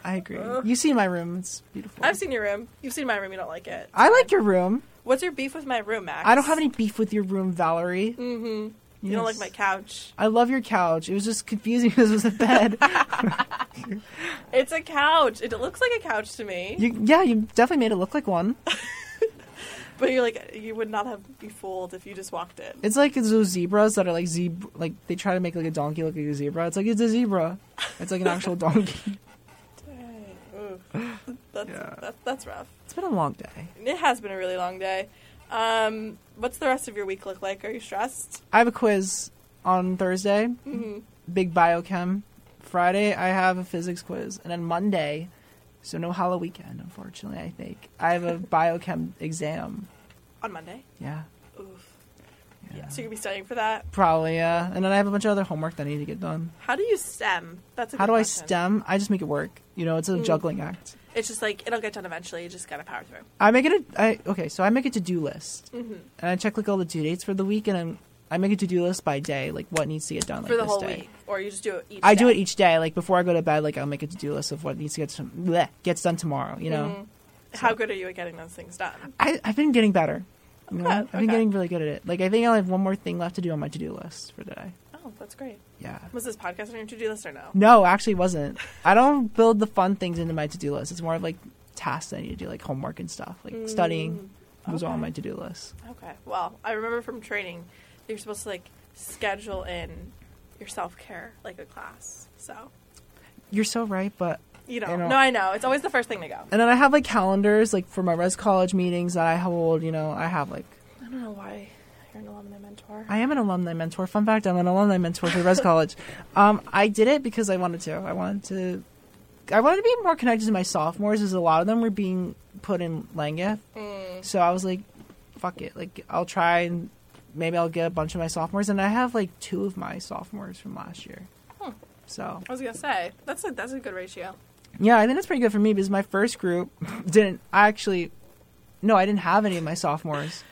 [SPEAKER 3] I agree.
[SPEAKER 1] Ugh.
[SPEAKER 3] you see my room; it's beautiful.
[SPEAKER 1] I've seen your room. You've seen my room. You don't like it.
[SPEAKER 3] I like your room.
[SPEAKER 1] What's your beef with my room, Max?
[SPEAKER 3] I don't have any beef with your room, Valerie.
[SPEAKER 1] Mm-hmm. You don't like
[SPEAKER 3] Yes.
[SPEAKER 1] my couch.
[SPEAKER 3] I love your couch. It was just confusing <laughs> because it was a bed.
[SPEAKER 1] It's a couch. It looks like a couch to me.
[SPEAKER 3] you, yeah, you definitely made it look like one.
[SPEAKER 1] but you're like you would not have be fooled if you just walked in.
[SPEAKER 3] It's like those zebras that are like zeb like they try to make like a donkey look like a zebra. It's like it's a zebra. It's like an actual <laughs> donkey.
[SPEAKER 1] Dang, ooh. That's,
[SPEAKER 3] Yeah.
[SPEAKER 1] that, that's rough.
[SPEAKER 3] It's been a long day.
[SPEAKER 1] It has been a really long day. Um, what's the rest of your week look like? Are you stressed?
[SPEAKER 3] I have a quiz on Thursday,
[SPEAKER 1] Mm-hmm.
[SPEAKER 3] big biochem. Friday I have a physics quiz, and then Monday, so no Hollow weekend, unfortunately. I think
[SPEAKER 1] <laughs>
[SPEAKER 3] I have a biochem exam.
[SPEAKER 1] On Monday.
[SPEAKER 3] Yeah,
[SPEAKER 1] Oof. Yeah. So you're gonna be studying for that.
[SPEAKER 3] probably yeah. And then I have a bunch of other homework that I need to get done.
[SPEAKER 1] How do you stem? That's a
[SPEAKER 3] How
[SPEAKER 1] good
[SPEAKER 3] do I
[SPEAKER 1] question. Mm.
[SPEAKER 3] stem? I just make it work. You know, it's a juggling act.
[SPEAKER 1] It's just like it'll get done eventually. You just gotta power through.
[SPEAKER 3] I make it a I, okay. So I make a to do list,
[SPEAKER 1] Mm-hmm.
[SPEAKER 3] and I check like all the due dates for the week, and I'm, I make a to do list by day, like what needs to get done like,
[SPEAKER 1] for the
[SPEAKER 3] this
[SPEAKER 1] whole
[SPEAKER 3] day.
[SPEAKER 1] week, or you just do it each.
[SPEAKER 3] I do
[SPEAKER 1] day.
[SPEAKER 3] it each day, like before I go to bed, like I'll make a to do list of what needs to get to, bleh, gets done tomorrow. You know,
[SPEAKER 1] Mm-hmm. How good are you at getting those things done?
[SPEAKER 3] I, I've been getting better. You know?
[SPEAKER 1] Okay,
[SPEAKER 3] I've been
[SPEAKER 1] Oh, okay.
[SPEAKER 3] getting really good at it. Like I think I will have one more thing left to do on my to do list for today.
[SPEAKER 1] Oh, that's great.
[SPEAKER 3] Yeah.
[SPEAKER 1] Was this podcast on your to-do list or no?
[SPEAKER 3] No, actually, it
[SPEAKER 1] <laughs>
[SPEAKER 3] wasn't. I don't build the fun things into my to do list. It's more of like tasks that I need to do, like homework and stuff, like studying. Was all on
[SPEAKER 1] Mm. okay.
[SPEAKER 3] my to do list.
[SPEAKER 1] Okay. Well, I remember from training, you're supposed to like schedule in your self-care like a class. So
[SPEAKER 3] You're so right, but
[SPEAKER 1] you know,
[SPEAKER 3] You know-
[SPEAKER 1] no, I know it's always the first thing to go.
[SPEAKER 3] And then I have like calendars, like for my res college meetings that I hold. You know, I have like
[SPEAKER 1] I don't know why you're an alumni mentor.
[SPEAKER 3] I am an alumni mentor. Fun fact: I'm an alumni mentor for res college. Um, I did it because I wanted to. I wanted to. I wanted to be more connected to my sophomores, as a lot of them were being put in Langeth. So I was like, "Fuck it! Like I'll try and maybe I'll get a bunch of my sophomores." And I have like two of my sophomores from last year.
[SPEAKER 1] Hmm.
[SPEAKER 3] So
[SPEAKER 1] I was gonna say that's a that's a good ratio.
[SPEAKER 3] Yeah, I think that's pretty good for me because my first group <laughs> didn't I actually. No, I didn't have any of my sophomores.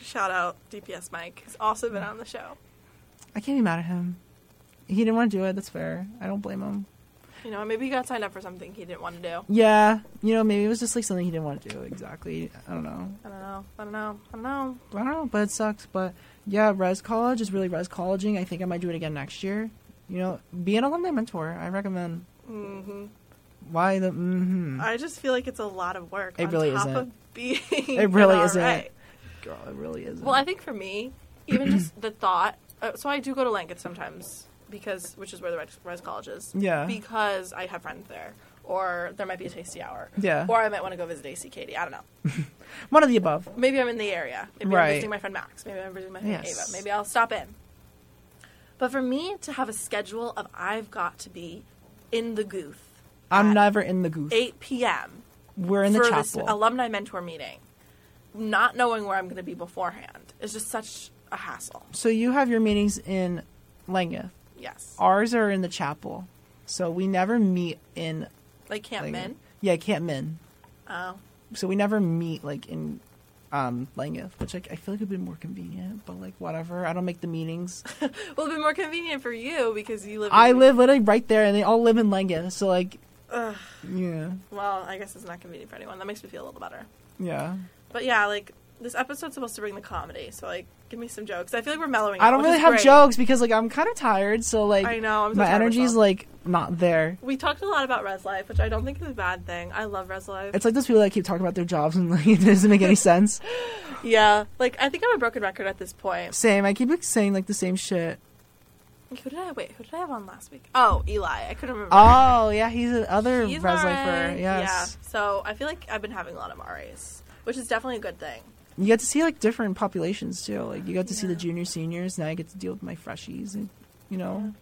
[SPEAKER 1] Shout out DPS Mike. He's also been on the show.
[SPEAKER 3] I can't be mad at him. He didn't want to do it. That's fair. I don't blame him.
[SPEAKER 1] You know, maybe he got signed up for something he didn't want to do.
[SPEAKER 3] Yeah, you know, maybe it was just like something he didn't want to do exactly. I don't know.
[SPEAKER 1] I don't know. I don't know. I don't know.
[SPEAKER 3] I don't know, but it sucks. But yeah, res college is really res colleging. I think I might do it again next year. You know, be an alumni mentor. I recommend.
[SPEAKER 1] hmm
[SPEAKER 3] Why the? Mm-hmm.
[SPEAKER 1] I just feel like it's a lot of work.
[SPEAKER 3] It
[SPEAKER 1] on
[SPEAKER 3] really
[SPEAKER 1] top
[SPEAKER 3] isn't.
[SPEAKER 1] Of being
[SPEAKER 3] It really
[SPEAKER 1] an
[SPEAKER 3] isn't.
[SPEAKER 1] RA.
[SPEAKER 3] Girl, it really isn't.
[SPEAKER 1] Well, I think for me, even just the thought. Uh, so I do go to Lanket sometimes because, which is where the res, res college is.
[SPEAKER 3] Yeah.
[SPEAKER 1] Because I have friends there, or there might be a tasty hour.
[SPEAKER 3] Yeah.
[SPEAKER 1] Or I might want to go visit AC Katie. I don't know.
[SPEAKER 3] One of the above.
[SPEAKER 1] Maybe I'm in the area. Maybe
[SPEAKER 3] Right.
[SPEAKER 1] I'm visiting my friend Max. Maybe I'm visiting my friend
[SPEAKER 3] Yes.
[SPEAKER 1] Ava. Maybe I'll stop in. But for me to have a schedule of I've got to be in the goof
[SPEAKER 3] I'm
[SPEAKER 1] at
[SPEAKER 3] never in the goose.
[SPEAKER 1] 8 p.m.
[SPEAKER 3] We're in the
[SPEAKER 1] for this
[SPEAKER 3] chapel.
[SPEAKER 1] alumni mentor meeting, not knowing where I'm going to be beforehand is just such a hassle.
[SPEAKER 3] so you have your meetings in Langeth.
[SPEAKER 1] Yes.
[SPEAKER 3] Ours are in the chapel. So we never meet in
[SPEAKER 1] Like Camp
[SPEAKER 3] Langeth.
[SPEAKER 1] Min.
[SPEAKER 3] Yeah, Camp Min.
[SPEAKER 1] Oh.
[SPEAKER 3] So we never meet like in um Langeth, which like I feel like would be more convenient, but like whatever. I don't make
[SPEAKER 1] <laughs>
[SPEAKER 3] the meetings.
[SPEAKER 1] Well, it'd be more convenient for you because you live. in-
[SPEAKER 3] I live literally right there and they all live in Langeth, so like Yeah.
[SPEAKER 1] Well, I guess it's not convenient for anyone. That makes me feel a little better.
[SPEAKER 3] Yeah.
[SPEAKER 1] But yeah, like this episode's supposed to bring the comedy, so like give me some jokes. I feel like we're mellowing.
[SPEAKER 3] I
[SPEAKER 1] out,
[SPEAKER 3] don't
[SPEAKER 1] which
[SPEAKER 3] really
[SPEAKER 1] is
[SPEAKER 3] have
[SPEAKER 1] great.
[SPEAKER 3] jokes because like I'm kind of tired, so like
[SPEAKER 1] I know, I'm so
[SPEAKER 3] my
[SPEAKER 1] tired
[SPEAKER 3] energy's
[SPEAKER 1] myself.
[SPEAKER 3] like not there.
[SPEAKER 1] We talked a lot about Res Life, which I don't think is a bad thing. I love Res Life.
[SPEAKER 3] It's like those people that keep talking about their jobs and like <laughs> it
[SPEAKER 1] <laughs>
[SPEAKER 3] doesn't make any sense.
[SPEAKER 1] yeah, like I think I'm a broken record at this point.
[SPEAKER 3] Same. I keep like, saying like the same shit.
[SPEAKER 1] Who did I wait? Who did I have on last week? Oh, Eli. I couldn't remember.
[SPEAKER 3] Oh yeah, he's another
[SPEAKER 1] He's
[SPEAKER 3] res
[SPEAKER 1] Mare.
[SPEAKER 3] lifer. Yes.
[SPEAKER 1] Yeah. So I feel like I've been having a lot of Mares, which is definitely a good thing.
[SPEAKER 3] You get to see like different populations too. Like you got to see the junior seniors. Now I get to deal with my freshies. And, you know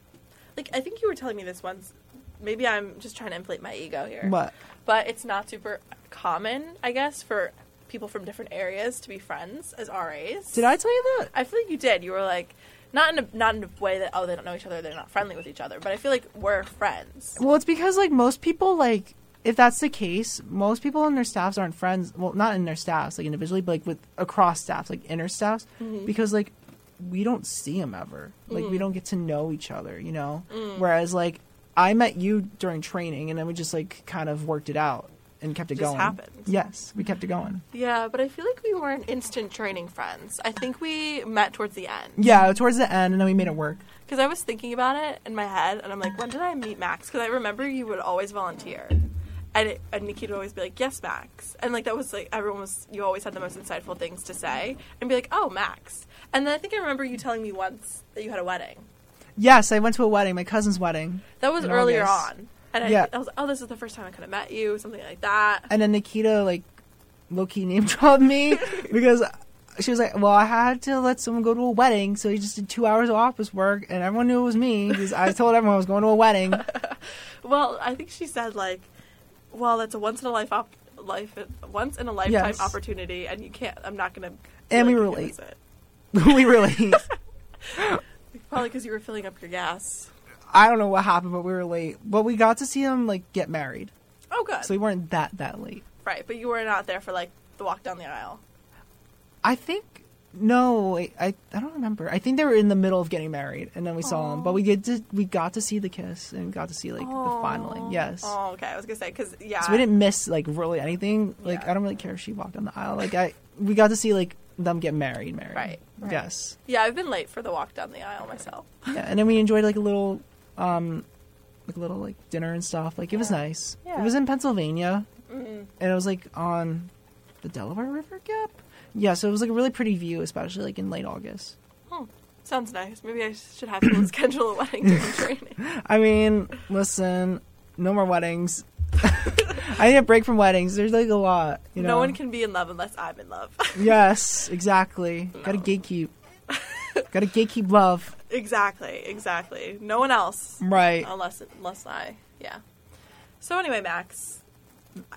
[SPEAKER 1] Like I think you were telling me this once. Maybe I'm just trying to inflate my ego here.
[SPEAKER 3] what?
[SPEAKER 1] But it's not super common, I guess, for people from different areas to be friends as RAs.
[SPEAKER 3] Did I tell you that?
[SPEAKER 1] I feel like you did. You were like, not in a not in a way that oh they don't know each other, they're not friendly with each other. But I feel like we're friends.
[SPEAKER 3] Well, it's because like most people like if that's the case, most people in their staffs aren't friends. Well, not in their staffs like individually, but like with across staffs, like inner staffs,
[SPEAKER 1] Mm-hmm.
[SPEAKER 3] because like we don't see them ever. Like
[SPEAKER 1] Mm.
[SPEAKER 3] we don't get to know each other, you know. Whereas like I met you during training, and then we just like kind of worked it out and kept it
[SPEAKER 1] Just
[SPEAKER 3] going.
[SPEAKER 1] happened. Mm-hmm.
[SPEAKER 3] Yes, we kept it going.
[SPEAKER 1] Yeah, but I feel like we weren't instant training friends. I think we met towards the end
[SPEAKER 3] Yeah, towards the end, and then we made it work.
[SPEAKER 1] because I was thinking about it in my head, and I'm like, when did I meet Max? Because I remember you would always volunteer. And, it, and Nikki would always be like, "Yes, Max," and like that was like everyone was. You always had the most insightful things to say, and be like, "Oh, Max." And then I think I remember you telling me once that you had a wedding.
[SPEAKER 3] Yes, I went to a wedding, my cousin's wedding,
[SPEAKER 1] That was
[SPEAKER 3] in
[SPEAKER 1] earlier
[SPEAKER 3] August.
[SPEAKER 1] on. And I,
[SPEAKER 3] Oh, Yeah.
[SPEAKER 1] I was like, oh, this is the first time I could have met you, something like that.
[SPEAKER 3] and then Nikita like low key name <laughs> dropped me because she was like, "Well, I had to let someone go to a wedding, so he just did two hours of office work, and everyone knew it was me because I told everyone I was going to a wedding." <laughs>
[SPEAKER 1] well, I think she said like, well, that's a once in a life op- life once in a lifetime
[SPEAKER 3] Yes.
[SPEAKER 1] opportunity, and you can't. I'm not gonna.
[SPEAKER 3] And we
[SPEAKER 1] like,
[SPEAKER 3] were
[SPEAKER 1] miss
[SPEAKER 3] late.
[SPEAKER 1] it.
[SPEAKER 3] we really,
[SPEAKER 1] Probably because you were filling up your gas.
[SPEAKER 3] I don't know what happened, but we were late. But we got to see him like get married,
[SPEAKER 1] Oh, good.
[SPEAKER 3] so we weren't that that late.
[SPEAKER 1] right, but you were not there for like the walk down the aisle.
[SPEAKER 3] I think. No, wait, I I don't remember. I think they were in the middle of getting married, and then we saw him. But we get to we got to see the kiss and got to see like the
[SPEAKER 1] Aw.
[SPEAKER 3] finaling. Yes.
[SPEAKER 1] Oh, okay. I was gonna say because yeah.
[SPEAKER 3] So we didn't miss like really anything. Like
[SPEAKER 1] Yeah.
[SPEAKER 3] I don't really care if she walked down the aisle. Like I, we got to see like them get married, married.
[SPEAKER 1] Right, right.
[SPEAKER 3] Yes.
[SPEAKER 1] Yeah, I've been late for the walk down the aisle myself.
[SPEAKER 3] Yeah. And then we enjoyed like a little, um, like a little like dinner and stuff. Like it was
[SPEAKER 1] Yeah.
[SPEAKER 3] nice.
[SPEAKER 1] Yeah.
[SPEAKER 3] It was in Pennsylvania, and it was like on the Delaware River Gap. Yeah. So it was like a really pretty view, especially like in late August.
[SPEAKER 1] Sounds nice. Maybe I should have
[SPEAKER 3] <clears throat>
[SPEAKER 1] to schedule a wedding
[SPEAKER 3] <laughs>
[SPEAKER 1] during training.
[SPEAKER 3] I mean, listen, no more weddings. <laughs> I need a break from weddings. There's like a lot. You know.
[SPEAKER 1] No one can be in love unless I'm in love. <laughs>
[SPEAKER 3] Yes, exactly. Gotta gatekeep. Gotta gatekeep love.
[SPEAKER 1] Exactly, exactly. No one else,
[SPEAKER 3] Right.
[SPEAKER 1] unless unless I, yeah. So anyway, Max,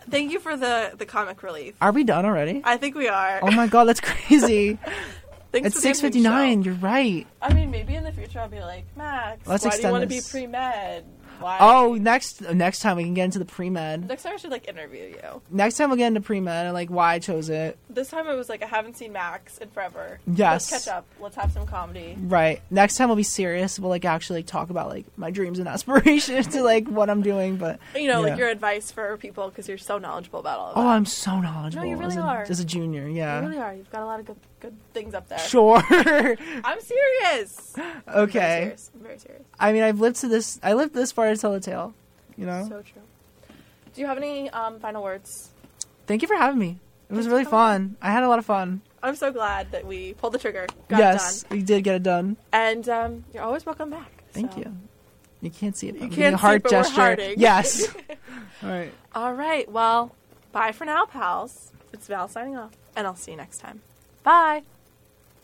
[SPEAKER 1] thank you for the the comic relief.
[SPEAKER 3] Are we done already?
[SPEAKER 1] I think we are.
[SPEAKER 3] Oh my god, that's crazy.
[SPEAKER 1] <laughs> Thanks
[SPEAKER 3] it's
[SPEAKER 1] for the
[SPEAKER 3] six fifty nine,
[SPEAKER 1] show.
[SPEAKER 3] you're right.
[SPEAKER 1] I mean, maybe in the future I'll be like, Max,
[SPEAKER 3] Let's
[SPEAKER 1] why do you
[SPEAKER 3] extend
[SPEAKER 1] want to be
[SPEAKER 3] this.
[SPEAKER 1] pre med? Why?
[SPEAKER 3] Oh, next next time we can get into the pre med.
[SPEAKER 1] next time I should like interview you.
[SPEAKER 3] Next time we'll get into pre med and like why I chose it.
[SPEAKER 1] This time it was like I haven't seen Max in forever.
[SPEAKER 3] Yes.
[SPEAKER 1] Let's catch up. Let's have some comedy.
[SPEAKER 3] Right. Next time we'll be serious. We'll like actually like talk about like my dreams and <laughs> aspirations to like what I'm doing. But
[SPEAKER 1] You know,
[SPEAKER 3] yeah.
[SPEAKER 1] like your advice for people because you're so knowledgeable about all of
[SPEAKER 3] Oh,
[SPEAKER 1] that.
[SPEAKER 3] I'm so knowledgeable.
[SPEAKER 1] really
[SPEAKER 3] as a,
[SPEAKER 1] are.
[SPEAKER 3] As a junior, yeah.
[SPEAKER 1] You really are. You've got a lot of good good things up there. <laughs>
[SPEAKER 3] Sure.
[SPEAKER 1] I'm serious. I'm very
[SPEAKER 3] <laughs> okay.
[SPEAKER 1] serious. I'm very serious.
[SPEAKER 3] I mean, I've lived to this. I lived this far to tell the tale. You know.
[SPEAKER 1] So true. Do you have any um, final words?
[SPEAKER 3] Thank you for having me. It
[SPEAKER 1] Thanks
[SPEAKER 3] was
[SPEAKER 1] for
[SPEAKER 3] really
[SPEAKER 1] coming.
[SPEAKER 3] fun. I had a lot of fun.
[SPEAKER 1] I'm so glad that we pulled the trigger, got
[SPEAKER 3] yes,
[SPEAKER 1] it
[SPEAKER 3] we did get it done.
[SPEAKER 1] done, and um, you're always welcome back.
[SPEAKER 3] Thank
[SPEAKER 1] so.
[SPEAKER 3] you. You can't see it. But
[SPEAKER 1] You
[SPEAKER 3] I'm
[SPEAKER 1] can't
[SPEAKER 3] doing a
[SPEAKER 1] see,
[SPEAKER 3] heart
[SPEAKER 1] but we're <laughs>
[SPEAKER 3] gesture.
[SPEAKER 1] hearting.
[SPEAKER 3] yes. All right.
[SPEAKER 1] All right. Well, bye for now, pals. It's Val signing off, and I'll see you next time. Bye.